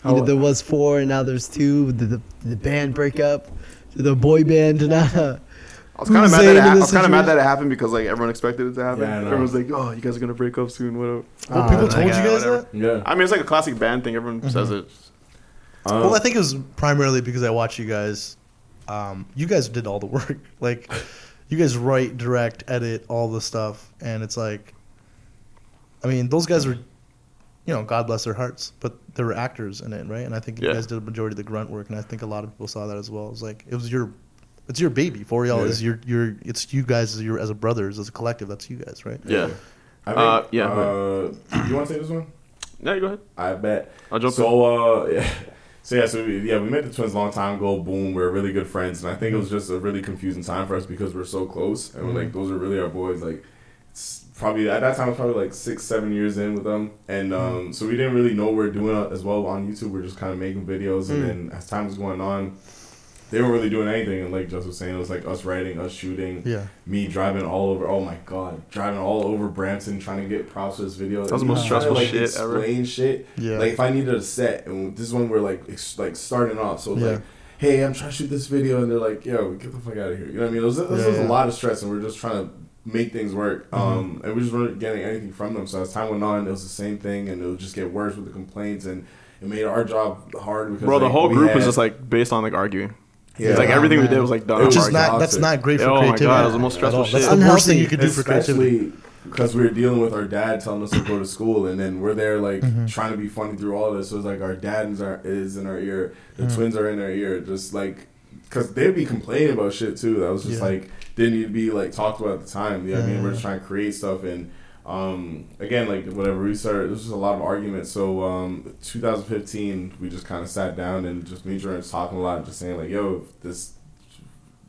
Speaker 1: you know, there was four and now there's two. Did the, did the band break up? Did the boy band to not? Uh,
Speaker 3: I was kind of mad
Speaker 1: Insane
Speaker 3: that it
Speaker 1: in
Speaker 3: ha- I
Speaker 1: this
Speaker 3: was kind of
Speaker 1: situation.
Speaker 3: mad that it happened because like everyone expected it to happen.
Speaker 4: Yeah, I know.
Speaker 3: everyone was like, oh, you guys are gonna break up soon. Whatever.
Speaker 2: Well, people told you
Speaker 3: yeah,
Speaker 2: guys
Speaker 3: whatever.
Speaker 2: that.
Speaker 4: Yeah.
Speaker 3: I mean, it's like a classic band thing. Everyone
Speaker 4: Mm-hmm.
Speaker 3: says it.
Speaker 4: Um,
Speaker 3: Uh,
Speaker 2: Well, I think it was primarily because I watched you guys. Um, you guys did all the work. Like, you guys write, direct, edit, all the stuff, and it's like, I mean, those guys were, you know, God bless their hearts, but there were actors in it, right? And I think you
Speaker 3: Yeah.
Speaker 2: guys did a majority of the grunt work, and I think a lot of people saw that as well. It was like it was your, it's your baby. For y'all is your your. It's you guys as your as a brothers as a collective. That's you guys, right?
Speaker 3: Yeah.
Speaker 4: I
Speaker 3: uh, yeah,
Speaker 4: Uh, you want to take this one?
Speaker 3: Yeah, you go ahead.
Speaker 4: I bet.
Speaker 3: I'll jump
Speaker 4: so, uh, yeah. So yeah, so we, yeah, we met the twins a long time ago. Boom, we are really good friends, and I think it was just a really confusing time for us because we're so close, and
Speaker 3: Mm-hmm.
Speaker 4: we're like, those are really our boys. Like, it's probably at that time, it was probably like six, seven years in with them, and
Speaker 3: Mm-hmm.
Speaker 4: um, so we didn't really know what we are doing as well on YouTube. We are just kind of making videos,
Speaker 3: Mm.
Speaker 4: and then as time was going on, they weren't really doing anything. And like Just was saying, it was like us writing, us shooting,
Speaker 2: Yeah.
Speaker 4: me driving all over. Oh my god, driving all over Brampton trying to get props for this video.
Speaker 3: That was the most
Speaker 4: Trying
Speaker 3: stressful
Speaker 4: to, like,
Speaker 3: shit ever.
Speaker 4: explain shit.
Speaker 2: Yeah.
Speaker 4: Like if I needed a set, and this is when we're like ex- like starting off, so it's
Speaker 2: Yeah.
Speaker 4: like, hey, I'm trying to shoot this video, and they're like, yo, get the fuck out of here. You know what I mean? It was, this
Speaker 2: Yeah,
Speaker 4: was
Speaker 2: yeah.
Speaker 4: a lot of stress, and we are just trying to make things work.
Speaker 3: Mm-hmm.
Speaker 4: Um, and we just weren't getting anything from them. So as time went on, it was the same thing, and it would just get worse with the complaints, and it made our job hard because
Speaker 3: Bro, the
Speaker 4: like,
Speaker 3: whole
Speaker 4: we
Speaker 3: group was
Speaker 4: had-
Speaker 3: just like based on like arguing.
Speaker 4: Yeah.
Speaker 3: It's like
Speaker 4: Oh,
Speaker 3: everything we
Speaker 1: man.
Speaker 3: did was like done.
Speaker 4: It
Speaker 3: on
Speaker 4: was
Speaker 2: Which is
Speaker 4: Sorry,
Speaker 2: not.
Speaker 3: arguing.
Speaker 2: That's
Speaker 4: toxic.
Speaker 2: not great for
Speaker 3: Oh my God,
Speaker 2: creativity.
Speaker 3: it was the most
Speaker 2: at all.
Speaker 3: stressful
Speaker 2: That's
Speaker 1: shit.
Speaker 2: the worst thing
Speaker 1: Unhealthy.
Speaker 2: you could do for creativity.
Speaker 4: because we were dealing with our dad telling us to go to school, and then we're there like
Speaker 3: Mm-hmm.
Speaker 4: trying to be funny through all this. So it's like our dad is, our, is in our ear, the
Speaker 3: Mm-hmm.
Speaker 4: twins are in our ear, just like because they'd be complaining about shit too. That was just
Speaker 2: Yeah.
Speaker 4: like didn't need to be like talked about at the time. Yeah, I mean,
Speaker 2: Yeah.
Speaker 4: we're just trying to create stuff and. Um, again, like whatever we started, it was just a lot of arguments. So, um, 2015, we just kind of sat down and just me and Jordan was talking a lot, and just saying like, "Yo, if this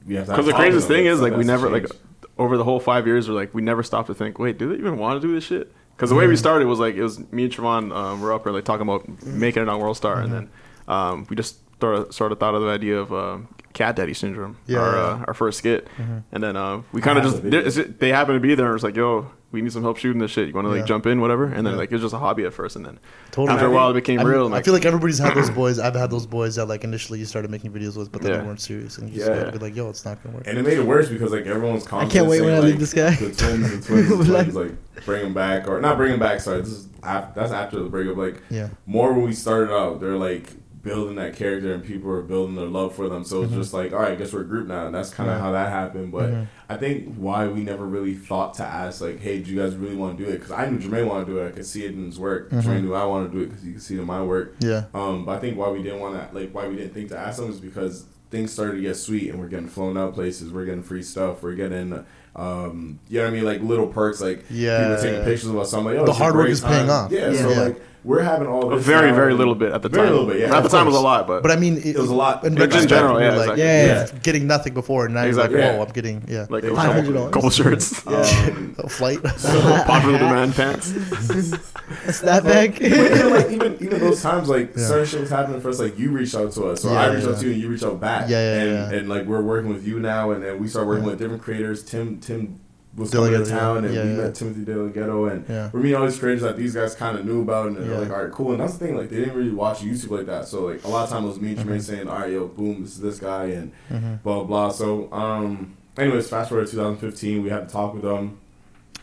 Speaker 4: we have to." have
Speaker 3: Because the
Speaker 4: a problem
Speaker 3: craziest
Speaker 4: with
Speaker 3: thing
Speaker 4: this,
Speaker 3: is like we
Speaker 4: that's
Speaker 3: never
Speaker 4: changed."
Speaker 3: like over the whole five years we're like we never stopped to think wait do they even want to do this shit? Because the way we started was like it was me and Trevon um, were up here like talking about making it on World Star and then um, we just sort of, sort of thought of the idea of um, Cat Daddy Syndrome
Speaker 2: Yeah,
Speaker 3: our
Speaker 2: yeah.
Speaker 3: Uh, our first skit and then uh, we kind
Speaker 4: I
Speaker 3: of
Speaker 4: have
Speaker 3: just
Speaker 4: the video.
Speaker 3: there- it's- they happened to be there and it was like yo we need some help shooting this shit you want to like
Speaker 2: Yeah.
Speaker 3: jump in whatever and then
Speaker 2: Yeah.
Speaker 3: like it was just a hobby at first and then
Speaker 2: Totally.
Speaker 3: after a while it became
Speaker 2: I,
Speaker 3: real and,
Speaker 2: I
Speaker 3: like,
Speaker 2: feel like everybody's had those boys. I've had those boys that like initially you started making videos with, but then
Speaker 3: Yeah.
Speaker 2: they weren't serious, and you just
Speaker 4: Yeah.
Speaker 2: gotta be like, "Yo, it's not gonna work."
Speaker 4: And it made it worse because like everyone's
Speaker 1: can't
Speaker 4: confident.
Speaker 1: wait when I
Speaker 4: saying,
Speaker 1: leave
Speaker 4: like,
Speaker 1: this guy.
Speaker 4: The twins, the twins, the twins, like bring them back or not bring them back. Sorry, this is af- that's after the breakup. Like
Speaker 2: Yeah.
Speaker 4: more when we started out, they're like building that character and people are building their love for them. So it's
Speaker 2: Mm-hmm.
Speaker 4: just like, all right, I guess we're a group now, and that's kind of how that happened. But I think why we never really thought to ask like, hey, do you guys really want to do it? Because I knew Jermaine wanted to do it. I could see it in his work. Jermaine knew I wanted to do it because you could see it in my work.
Speaker 2: Mm-hmm. Yeah.
Speaker 4: Um, but I think why we didn't want to, like, why we didn't think to ask them is because things started to get sweet and we're getting flown out places, we're getting free stuff, we're getting Um, you know what I mean? Like little perks, like
Speaker 2: Yeah.
Speaker 4: people taking pictures of us. So I'm like, oh,
Speaker 2: The
Speaker 4: it's a
Speaker 2: hard work
Speaker 4: great
Speaker 2: is paying
Speaker 4: time.
Speaker 2: off.
Speaker 4: Yeah,
Speaker 2: Yeah.
Speaker 4: so
Speaker 2: Yeah.
Speaker 4: like we're having all
Speaker 3: A
Speaker 4: this
Speaker 3: very,
Speaker 4: now.
Speaker 3: very little bit at the
Speaker 4: Very
Speaker 3: time.
Speaker 4: little bit, yeah.
Speaker 3: At the
Speaker 4: Of
Speaker 3: time it was a
Speaker 2: course.
Speaker 3: lot, but
Speaker 2: But I mean, it,
Speaker 4: was a lot.
Speaker 2: In
Speaker 4: Like,
Speaker 3: just in
Speaker 2: retrospect,
Speaker 3: general,
Speaker 2: you're
Speaker 3: yeah,
Speaker 2: like,
Speaker 3: exactly.
Speaker 1: Yeah.
Speaker 2: yeah, getting nothing before, and now
Speaker 3: Exactly.
Speaker 2: you're like,
Speaker 4: Yeah.
Speaker 2: whoa, I'm getting yeah,
Speaker 3: like a couple,
Speaker 1: $500.
Speaker 3: couple shirts,
Speaker 4: Um,
Speaker 2: a flight.
Speaker 3: popular demand pants.
Speaker 4: but
Speaker 1: Snapback.
Speaker 4: even, like even even those times, like
Speaker 2: Yeah.
Speaker 4: certain shit was happening for us. Like you reached out to us, so
Speaker 2: Yeah,
Speaker 4: I reached
Speaker 2: yeah.
Speaker 4: out to you, and you reached out back.
Speaker 2: Yeah, yeah,
Speaker 4: and,
Speaker 2: yeah.
Speaker 4: and like we're working with you now, and, and we start working with different creators. Tim Tim was
Speaker 2: Dillon
Speaker 4: coming to
Speaker 2: Ghetto,
Speaker 4: town, and
Speaker 2: yeah,
Speaker 4: we
Speaker 2: yeah.
Speaker 4: met Timothy Dillon Ghetto, and
Speaker 2: Yeah.
Speaker 4: we're meeting all these creators that these guys kind of knew about, and they're
Speaker 2: Yeah.
Speaker 4: like, all right, cool. And that's the thing, like they didn't really watch YouTube like that, so like a lot of time it was me and Jermaine
Speaker 2: Mm-hmm.
Speaker 4: saying, all right, yo, boom, this is this guy, and blah blah. So um, anyways, fast forward to 2015, we had to talk with them.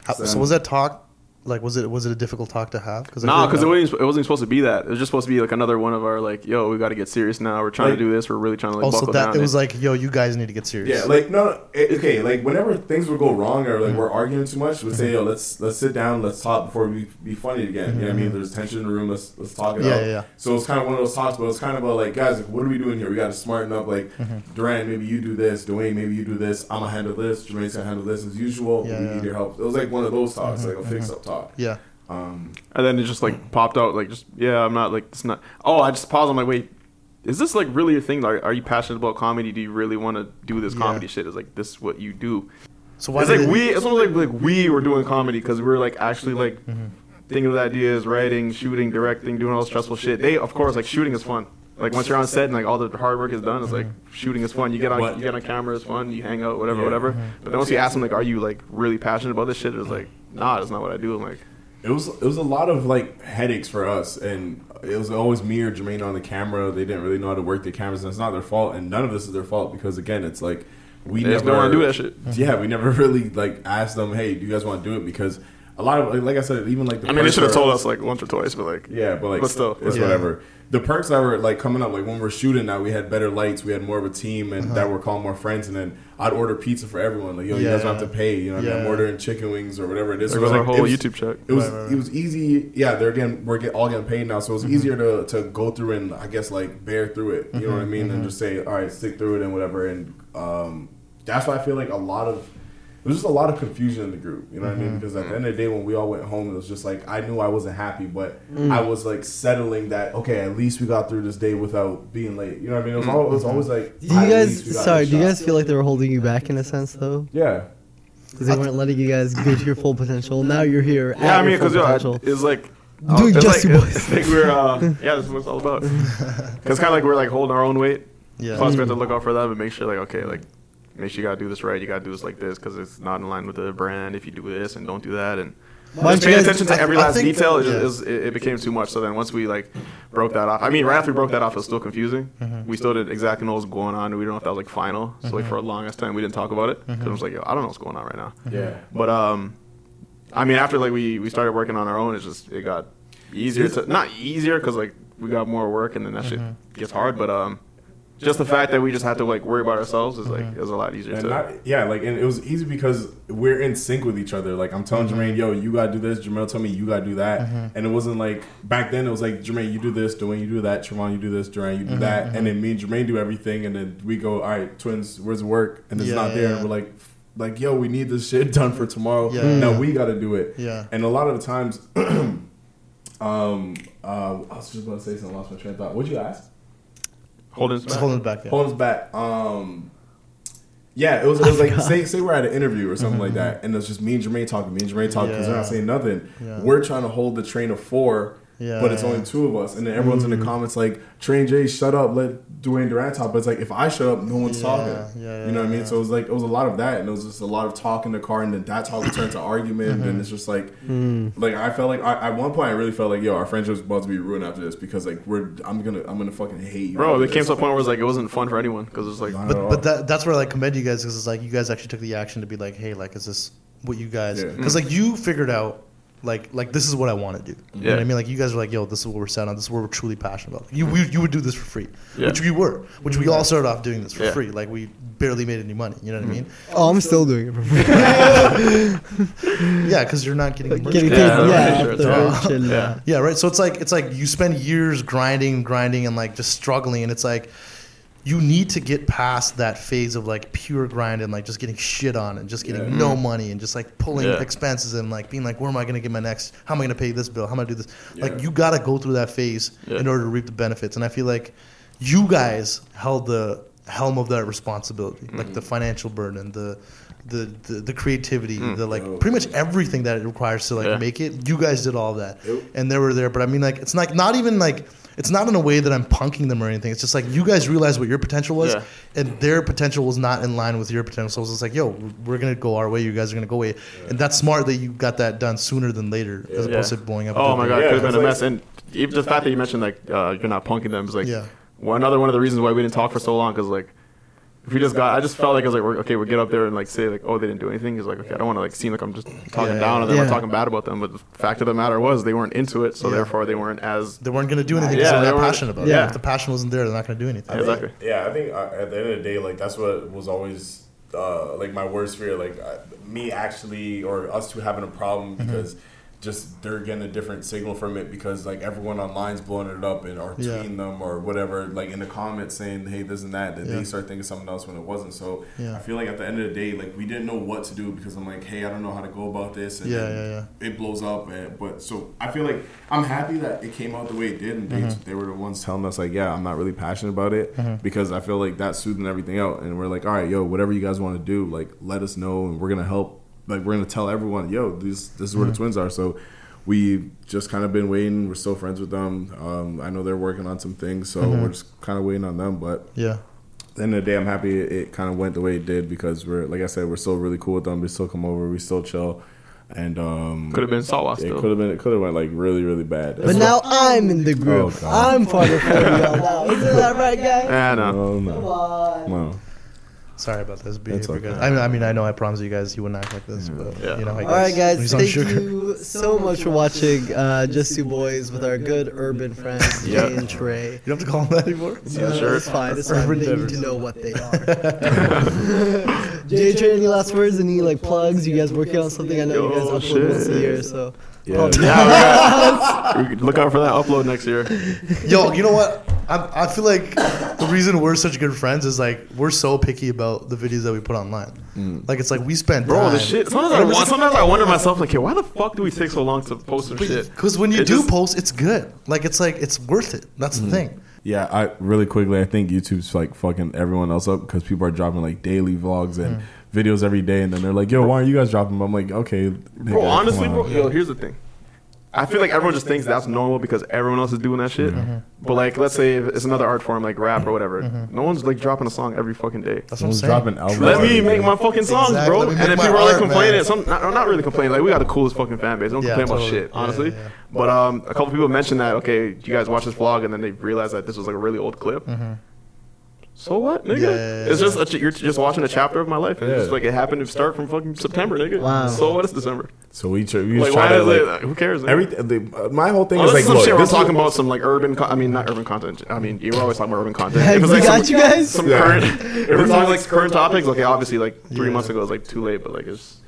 Speaker 2: How- so was that talk? Like, was it was it a difficult talk to have? Because
Speaker 3: Nah, because it wasn't, it wasn't supposed to be that. It was just supposed to be like another one of our like, yo, we got to get serious now. We're trying
Speaker 4: Like-
Speaker 3: to do this. We're really trying to like
Speaker 2: also
Speaker 3: buckle
Speaker 2: that
Speaker 3: down.
Speaker 2: it was like, yo, you guys need to get serious.
Speaker 4: Yeah, like no, no, it, okay. Like whenever things would go wrong or
Speaker 2: Mm-hmm.
Speaker 4: like we're arguing too much, we'd say, "Yo, let's let's sit down, let's talk before we be funny again." You know what I mean? There's tension in the room. Let's let's talk it
Speaker 2: Mm-hmm. Yeah,
Speaker 4: out.
Speaker 2: yeah, yeah.
Speaker 4: So it's kind of one of those talks, but it's kind of about like, guys, like, what are we doing here? We got to smarten up. Like,
Speaker 2: Mm-hmm.
Speaker 4: Durant, maybe you do this. Dwayne, maybe you do this. I'm gonna handle this. Jermaine's gonna handle this as
Speaker 2: Yeah,
Speaker 4: usual. we
Speaker 2: yeah. Mm-hmm,
Speaker 4: need your help. It was like one of those talks, like a fix up talk.
Speaker 2: yeah.
Speaker 4: Um,
Speaker 3: and then it just like popped out like just yeah, I'm not like it's not. Oh, I just paused. I'm like, wait, is this like really a thing? Like, are you passionate about comedy? Do you really want to do this
Speaker 2: Yeah.
Speaker 3: comedy shit? Is like this what you do?
Speaker 2: So why
Speaker 3: it's
Speaker 2: did
Speaker 3: like
Speaker 2: it-
Speaker 3: we. It's almost like like we were doing comedy because we were like actually like
Speaker 2: Mm-hmm.
Speaker 3: thinking of ideas, writing, shooting, directing, doing all this stressful shit. They of course like shooting is fun. Like once you're on set and like all the hard work is done, it's like
Speaker 2: Mm-hmm.
Speaker 3: shooting is fun. You get on
Speaker 4: But-
Speaker 3: you get on camera is fun. You hang out, whatever,
Speaker 4: Yeah.
Speaker 3: whatever.
Speaker 2: Mm-hmm.
Speaker 3: But then once you ask them like, are you like really passionate about this shit? It's like, nah, that's not what I do. I'm like,
Speaker 4: It was it was a lot of like headaches for us, and it was always me or Jermaine on the camera. They didn't really know how to work the cameras, and it's not their fault, and none of this is their fault because again, it's like we
Speaker 3: They
Speaker 4: never
Speaker 3: just don't wanna do that shit.
Speaker 4: Yeah, we never really like asked them, hey, do you guys want to do it? Because a lot of like, like I said, even like the
Speaker 3: I mean, they
Speaker 4: first
Speaker 3: should have
Speaker 4: girl-
Speaker 3: told us like once or twice, but like,
Speaker 4: yeah, but like
Speaker 3: But still,
Speaker 4: it's
Speaker 3: yeah.
Speaker 4: whatever. The perks that were like coming up, like when we're shooting now, we had better lights, we had more of a team,
Speaker 2: Uh-huh.
Speaker 4: and that we're calling more friends. And then I'd order pizza for everyone. Like yo, you guys
Speaker 2: Yeah.
Speaker 4: don't have to pay. You know, what I mean? I'm
Speaker 2: Yeah.
Speaker 4: ordering chicken wings or whatever it is.
Speaker 3: There
Speaker 4: So it
Speaker 3: goes our
Speaker 4: like-
Speaker 3: whole
Speaker 4: it was-
Speaker 3: YouTube check.
Speaker 4: It was
Speaker 2: Right, right, Mm-hmm. right.
Speaker 4: it was easy. Yeah, they're getting we're get, all getting paid now, so it was easier to to go through and I guess like bear through it. You know
Speaker 2: Mm-hmm,
Speaker 4: what I mean? And just say all right, stick through it and whatever. And um, that's why I feel like a lot of there's just a lot of confusion in the group. You know what I
Speaker 2: Mm-hmm.
Speaker 4: mean? Because at the end of the day, when we all went home, it was just like I knew I wasn't happy, but
Speaker 2: Mm.
Speaker 4: I was like settling that. Okay, at least we got through this day without being late. You know what I mean? It
Speaker 2: Mm-hmm,
Speaker 4: was, all, it was always like.
Speaker 1: Do you
Speaker 4: at least we
Speaker 1: guys,
Speaker 4: got
Speaker 1: sorry,
Speaker 4: this
Speaker 1: do you
Speaker 4: shot.
Speaker 1: guys feel like they were holding you back in a sense though?
Speaker 4: Yeah.
Speaker 1: Because they weren't letting you guys go to your full potential. Now you're here. at
Speaker 3: Yeah, I mean, uh,
Speaker 1: your full
Speaker 3: because yeah,
Speaker 1: potential.
Speaker 3: it's like uh,
Speaker 1: Doing
Speaker 3: it's
Speaker 1: Justin
Speaker 3: like,
Speaker 1: Boys.
Speaker 3: It's like we're uh, yeah, this is what it's all about.
Speaker 2: Mm-hmm.
Speaker 3: 'Cause it's kind of like we're like holding our own weight.
Speaker 2: Yeah.
Speaker 3: Plus, we have to look out for them and make sure like okay, like make sure you gotta do this right. You gotta do this like this because it's not in line with the brand. If you do this and don't do that and.
Speaker 1: Why
Speaker 3: Just
Speaker 1: don't you
Speaker 3: paying
Speaker 1: guys-
Speaker 3: attention to every
Speaker 2: I
Speaker 3: last
Speaker 2: think-
Speaker 3: detail, it, just-
Speaker 2: yeah.
Speaker 3: it was- it, it became too much. So then once we like broke that off, I mean, right after we broke that off, it was still confusing. We still didn't exactly know what was going on. and We didn't know if that was like final. So like for a longest time, we didn't talk about it because I was like, yo, I don't know what's going on right now.
Speaker 4: Yeah.
Speaker 3: But um, I mean, after like we we started working on our own, it's just it got easier to not easier because like we got more work and then that shit gets hard. But um, just the fact that we just had to like worry about ourselves is like is a lot easier
Speaker 4: And
Speaker 3: to.
Speaker 4: not, yeah, like and it was easy because we're in sync with each other. Like I'm telling
Speaker 2: Mm-hmm.
Speaker 4: Jermaine, yo, you gotta do this. Jermaine told me you gotta do that. And it wasn't like back then. It was like Jermaine, you do this. Dwayne, you do that. Trevon, you do this. Duran, you
Speaker 2: Mm-hmm,
Speaker 4: do that. And then me and Jermaine do everything. And then we go, all right, twins, where's work? And it's
Speaker 2: Yeah,
Speaker 4: not
Speaker 2: yeah,
Speaker 4: there.
Speaker 2: yeah.
Speaker 4: And we're like, like yo, we need this shit done for tomorrow.
Speaker 2: Yeah. Mm-hmm.
Speaker 4: Now we gotta do it.
Speaker 2: Yeah.
Speaker 4: And a lot of the times, um, uh, I was just about to say something. I lost my train of thought. What'd you ask?
Speaker 3: Holding us
Speaker 2: Just
Speaker 3: back.
Speaker 2: holding it back. Yeah.
Speaker 4: Holding us back. Um, yeah, it was, it
Speaker 2: Oh
Speaker 4: was like say say we're at an interview or something like that, and it's just me and Jermaine talking, me and Jermaine talking because they're not
Speaker 2: Mm-hmm. Yeah.
Speaker 4: saying nothing.
Speaker 2: Yeah.
Speaker 4: We're trying to hold the train of four,
Speaker 2: Yeah. Mm-hmm.
Speaker 4: but it's only two of us, and then everyone's in the comments like, "Train J, shut up, let Dwayne Durant talk." But it's like if I shut up, no one's
Speaker 2: Yeah,
Speaker 4: talking.
Speaker 2: yeah,
Speaker 4: you know what I mean?
Speaker 2: yeah.
Speaker 4: So it was like it was a lot of that, and it was just a lot of talk in the car, and then that talk would turn to argument,
Speaker 2: Mm-hmm.
Speaker 4: and it's just like,
Speaker 2: Mm.
Speaker 4: like I felt like I, at one point I really felt like, yo, our friendship's about to be ruined after this because like we're I'm gonna I'm gonna fucking hate you,
Speaker 3: Bro,
Speaker 4: after
Speaker 3: it came
Speaker 4: this.
Speaker 3: to a point where it was like it wasn't fun for anyone because it was like
Speaker 4: Not at
Speaker 2: But
Speaker 4: all.
Speaker 2: but that that's where I commend you guys because it's like you guys actually took the action to be like, hey, like is this what you guys?
Speaker 4: Yeah.
Speaker 2: Because like you figured out. Like, like this is what I want to do. You know
Speaker 3: Yeah.
Speaker 2: what I mean? Like, you guys are like, yo, this is what we're set on. This is what we're truly passionate about. You, we, you would do this for free,
Speaker 3: Yeah.
Speaker 2: which we were, which we all started off doing this for
Speaker 3: Yeah. Mm-hmm.
Speaker 2: free. Like, we barely made any money. You know what I mean?
Speaker 1: oh, I'm still doing it for free.
Speaker 2: Yeah, because you're not getting merch
Speaker 1: Getting
Speaker 3: Yeah,
Speaker 1: paid.
Speaker 3: I'm
Speaker 1: Yeah,
Speaker 3: pretty
Speaker 1: after
Speaker 3: sure it's all-
Speaker 1: merch and,
Speaker 3: yeah.
Speaker 1: uh,
Speaker 2: Yeah, right. So it's like it's like you spend years grinding, grinding, and like just struggling, and it's like you need to get past that phase of like pure grind and like just getting shit on and just getting no money and just like pulling
Speaker 3: Yeah.
Speaker 2: expenses and like being like, where am I going to get my next? How am I going to pay this bill? How am I going to do this? Like
Speaker 4: Yeah.
Speaker 2: you got to go through that phase
Speaker 3: Yeah.
Speaker 2: in order to reap the benefits. And I feel like you guys held the helm of that responsibility,
Speaker 3: Mm-hmm.
Speaker 2: like the financial burden, the the the, the creativity,
Speaker 3: Mm.
Speaker 2: the like
Speaker 4: Oh.
Speaker 2: pretty much everything that it requires to like
Speaker 3: Yeah.
Speaker 2: make it. You guys did all that,
Speaker 4: Yep.
Speaker 2: and they were there. But I mean, like it's like not even like. It's not in a way that I'm punking them or anything. It's just like you guys realized what your potential was,
Speaker 3: Yeah.
Speaker 2: and their potential was not in line with your potential. So it's just like, yo, we're gonna go our way. You guys are gonna go away, and that's smart that you got that done sooner than later, as
Speaker 3: Yeah.
Speaker 2: opposed to blowing up.
Speaker 3: Oh my god, it
Speaker 4: Yeah,
Speaker 3: could have been a
Speaker 4: it's
Speaker 3: mess.
Speaker 4: like-
Speaker 3: And even the fact that you mentioned like uh, you're not punking them is like
Speaker 2: Yeah.
Speaker 3: one, another one of the reasons why we didn't talk for so long because like if we just got, I just felt like I was like, we're, okay, we get up there and like say like, oh, they didn't do anything. He's like, okay, I don't want to like seem like I'm just talking
Speaker 2: Yeah,
Speaker 3: down
Speaker 2: yeah.
Speaker 3: on them or
Speaker 1: Yeah.
Speaker 3: talking bad about them. But the fact of the matter was they weren't into it, so
Speaker 2: Yeah.
Speaker 3: therefore they weren't as
Speaker 2: They weren't gonna do anything because
Speaker 3: Yeah,
Speaker 2: they're
Speaker 3: they
Speaker 2: not
Speaker 3: weren't-
Speaker 2: passionate about it.
Speaker 1: yeah.
Speaker 2: If the passion wasn't there, they're not gonna do anything.
Speaker 4: I think-
Speaker 3: Exactly.
Speaker 4: Yeah, I think uh, at the end of the day, like that's what was always uh, like my worst fear, like uh, me actually or us two having a problem
Speaker 2: Mm-hmm.
Speaker 4: because just they're getting a different signal from it because like everyone online's blowing it up and or
Speaker 2: Yeah.
Speaker 4: tweeting them or whatever, like in the comments saying hey this and that, that
Speaker 2: Yeah.
Speaker 4: they start thinking something else when it wasn't. So
Speaker 2: Yeah.
Speaker 4: I feel like at the end of the day, like we didn't know what to do because I'm like, hey, I don't know how to go about this. And
Speaker 2: Yeah,
Speaker 4: then
Speaker 2: yeah, yeah.
Speaker 4: it blows up. And, but so I feel like I'm happy that it came out the way it did, and they,
Speaker 2: Mm-hmm.
Speaker 4: they were the ones telling us like, yeah, I'm not really passionate about it because I feel like that soothing everything out, and we're like, all right, yo, whatever you guys want to do, like let us know, and we're gonna help. Like we're gonna tell everyone, yo, this this is where the
Speaker 2: Mm-hmm.
Speaker 4: twins are. So we just kind of been waiting. We're still friends with them. Um, I know they're working on some things, so
Speaker 2: Mm-hmm.
Speaker 4: we're just kind of waiting on them, but
Speaker 2: Yeah.
Speaker 4: at the end of the day, I'm happy it, it kind of went the way it did because we're, like I said, we're still really cool with them. We still come over, we still chill, and um,
Speaker 3: could have been Sawa
Speaker 4: it
Speaker 3: still.
Speaker 4: could have been, it could have went like really, really bad.
Speaker 1: But now I'm in the group.
Speaker 4: Oh, God.
Speaker 1: I'm part of 40 y'all now. Isn't that right, guys?
Speaker 3: Eh, no.
Speaker 4: no,
Speaker 1: Come
Speaker 4: no,
Speaker 1: on.
Speaker 4: no.
Speaker 2: Sorry about this behavior,
Speaker 4: okay.
Speaker 2: guys. I mean, I mean, I know I promised you guys you wouldn't act like this, but
Speaker 3: Yeah.
Speaker 2: you know, how
Speaker 1: All right, guys.
Speaker 2: he's on
Speaker 1: Thank
Speaker 2: sugar.
Speaker 1: you so much for watching uh, Just Two Boys with our good urban friends,
Speaker 3: Yeah.
Speaker 1: Jay and Trey.
Speaker 2: You don't have to call him that anymore.
Speaker 1: No,
Speaker 3: sure.
Speaker 1: It's fine. It's fine.
Speaker 2: Urban
Speaker 1: They need to
Speaker 2: Devers.
Speaker 1: know what they are. Jay, Trey, any last words? Any like plugs? You guys working on something? I know you
Speaker 3: Yo,
Speaker 1: guys upload once a
Speaker 3: shit.
Speaker 1: year, so
Speaker 4: Yeah.
Speaker 3: Yeah, we got- we could look out for that upload next year.
Speaker 2: Yo, you know what? I, I feel like the reason we're such good friends is like we're so picky about the videos that we put online. Like it's like we spend
Speaker 3: Mm. Bro, the
Speaker 2: time.
Speaker 3: shit. Sometimes I, wa- sometimes I wonder myself, like, hey, why the fuck do we take so long to post some shit?
Speaker 2: Because when you
Speaker 3: It
Speaker 2: do
Speaker 3: just- Mm.
Speaker 2: post, it's good. Like it's like it's worth it. That's the thing.
Speaker 4: Yeah, I really quickly. I think YouTube's like fucking everyone else up because people are dropping like daily vlogs
Speaker 2: Mm.
Speaker 4: and videos every day, and then they're like, "Yo, why aren't you guys dropping?" them? I'm like, "Okay,
Speaker 3: Bro, honestly, bro, yo, here's the thing. I feel like everyone just thinks that's normal because everyone else is doing that shit.
Speaker 2: Mm-hmm.
Speaker 3: But like, let's say if it's another art form like rap or whatever. No one's like dropping a song every fucking day.
Speaker 2: That's what I'm
Speaker 4: Someone's
Speaker 2: saying.
Speaker 4: dropping albums.
Speaker 3: Let me
Speaker 4: every
Speaker 3: make
Speaker 4: day.
Speaker 3: my fucking songs,
Speaker 2: Exactly. Let
Speaker 3: bro.
Speaker 2: me
Speaker 3: And
Speaker 2: make
Speaker 3: if
Speaker 2: my
Speaker 3: people are like
Speaker 2: art,
Speaker 3: complaining,
Speaker 2: man.
Speaker 3: some not, not really complaining. Like we got the coolest fucking fan base. Don't
Speaker 2: Yeah,
Speaker 3: complain about
Speaker 2: totally.
Speaker 3: shit,
Speaker 2: Yeah,
Speaker 3: honestly.
Speaker 2: yeah, yeah.
Speaker 3: But um, a couple people mentioned that. Okay, you guys watch this vlog, and then they realized that this was like a really old clip. So what, nigga?
Speaker 2: Mm-hmm. Yeah, yeah, yeah,
Speaker 3: it's just
Speaker 2: yeah.
Speaker 3: a ch- you're just watching a chapter of my life, and
Speaker 4: Yeah.
Speaker 3: it's just like it happened to start from fucking September, nigga.
Speaker 1: Wow.
Speaker 3: So what? It's December.
Speaker 4: So we, tr- we
Speaker 3: Like
Speaker 4: just
Speaker 3: why
Speaker 4: try to
Speaker 3: is
Speaker 4: like
Speaker 3: it? Who cares? nigga?
Speaker 4: everything. The, uh, my whole thing
Speaker 3: Unless
Speaker 4: is
Speaker 3: some
Speaker 4: like,
Speaker 3: shit
Speaker 4: look,
Speaker 3: we're
Speaker 4: this is-
Speaker 3: talking about some like urban. Con- I mean, not urban content. I mean, you're always talking about urban content.
Speaker 1: Hey,
Speaker 3: If it's
Speaker 1: we
Speaker 3: like
Speaker 1: got
Speaker 3: some,
Speaker 1: you guys?
Speaker 3: Some
Speaker 4: Yeah.
Speaker 3: current. If we're talking like current topics, okay, obviously like three
Speaker 2: Yeah.
Speaker 3: months ago is like too late, but like it's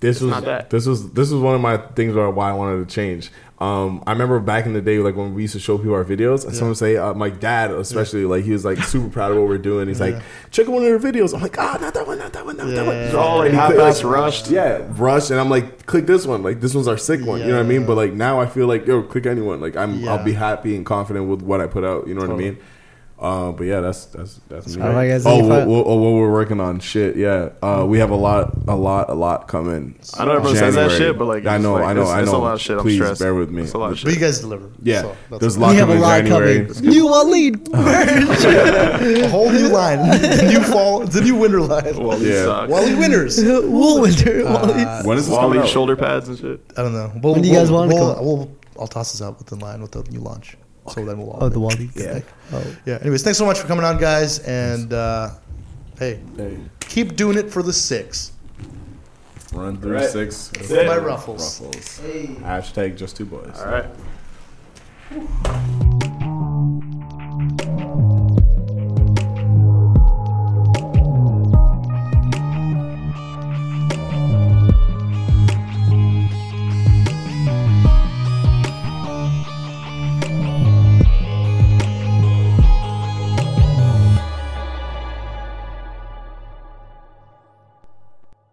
Speaker 4: this was
Speaker 3: not that.
Speaker 4: this was this was one of my things about why I wanted to change. Um, I remember back in the day, like when we used to show people our videos, and someone would say, uh, my dad especially, like he was like super proud of what we're doing. He's like, check out one of your videos. I'm like, ah, not that one, not that one, not that one.
Speaker 2: Yeah.
Speaker 3: it's all like
Speaker 4: And he
Speaker 3: half
Speaker 4: clicked,
Speaker 3: ass
Speaker 4: like,
Speaker 3: rushed.
Speaker 4: Yeah, rushed, and I'm like, click this one. Like this one's our sick one. You know what I mean?
Speaker 2: Yeah.
Speaker 4: But like now, I feel like yo, click anyone. Like I'm,
Speaker 2: Yeah.
Speaker 4: I'll be happy and confident with what I put out. You know what I
Speaker 2: Totally.
Speaker 4: mean? Uh, but yeah, that's that's that's me.
Speaker 1: All right, guys,
Speaker 4: oh,
Speaker 1: any
Speaker 4: we'll,
Speaker 1: fi-
Speaker 4: we'll- oh, what we're working on? Shit, yeah. Uh, we have a lot, a lot, a lot coming.
Speaker 3: I know everyone says that
Speaker 4: January.
Speaker 3: shit, but like
Speaker 4: I
Speaker 3: it's
Speaker 4: know,
Speaker 3: like,
Speaker 4: I know,
Speaker 3: it's,
Speaker 4: I know.
Speaker 3: It's a lot of shit.
Speaker 4: Please
Speaker 3: I'm stressed.
Speaker 4: bear with me.
Speaker 3: It's a lot of
Speaker 2: But you
Speaker 3: shit.
Speaker 2: guys deliver.
Speaker 4: Yeah,
Speaker 2: So that's
Speaker 4: there's a lot
Speaker 1: we have a
Speaker 4: coming in
Speaker 1: lot
Speaker 4: January.
Speaker 1: coming. New Waleed
Speaker 3: Oh,
Speaker 1: merch.
Speaker 2: a whole new line. the new fall. The new winter line.
Speaker 3: Well, these
Speaker 4: Yeah.
Speaker 3: suck.
Speaker 2: Wally winners. I
Speaker 1: Wool Winter.
Speaker 3: uh,
Speaker 1: Waleed.
Speaker 4: When is this
Speaker 3: Wally
Speaker 4: coming out?
Speaker 3: shoulder pads and shit.
Speaker 2: don't know. We'll,
Speaker 1: When do you guys
Speaker 2: we'll,
Speaker 1: want it to
Speaker 2: we'll,
Speaker 1: come?
Speaker 2: we'll- I'll toss this out with the line with the new launch. So then we'll all.
Speaker 1: Oh, the Waleed.
Speaker 2: Yeah.
Speaker 1: Oh.
Speaker 2: Yeah. Anyways, thanks so much for coming on, guys. And uh, hey,
Speaker 4: Hey,
Speaker 2: keep doing it for the six.
Speaker 4: run through
Speaker 3: Right.
Speaker 4: six.
Speaker 3: it.
Speaker 2: My ruffles.
Speaker 4: Ruffles. Hashtag just two boys.
Speaker 3: All right.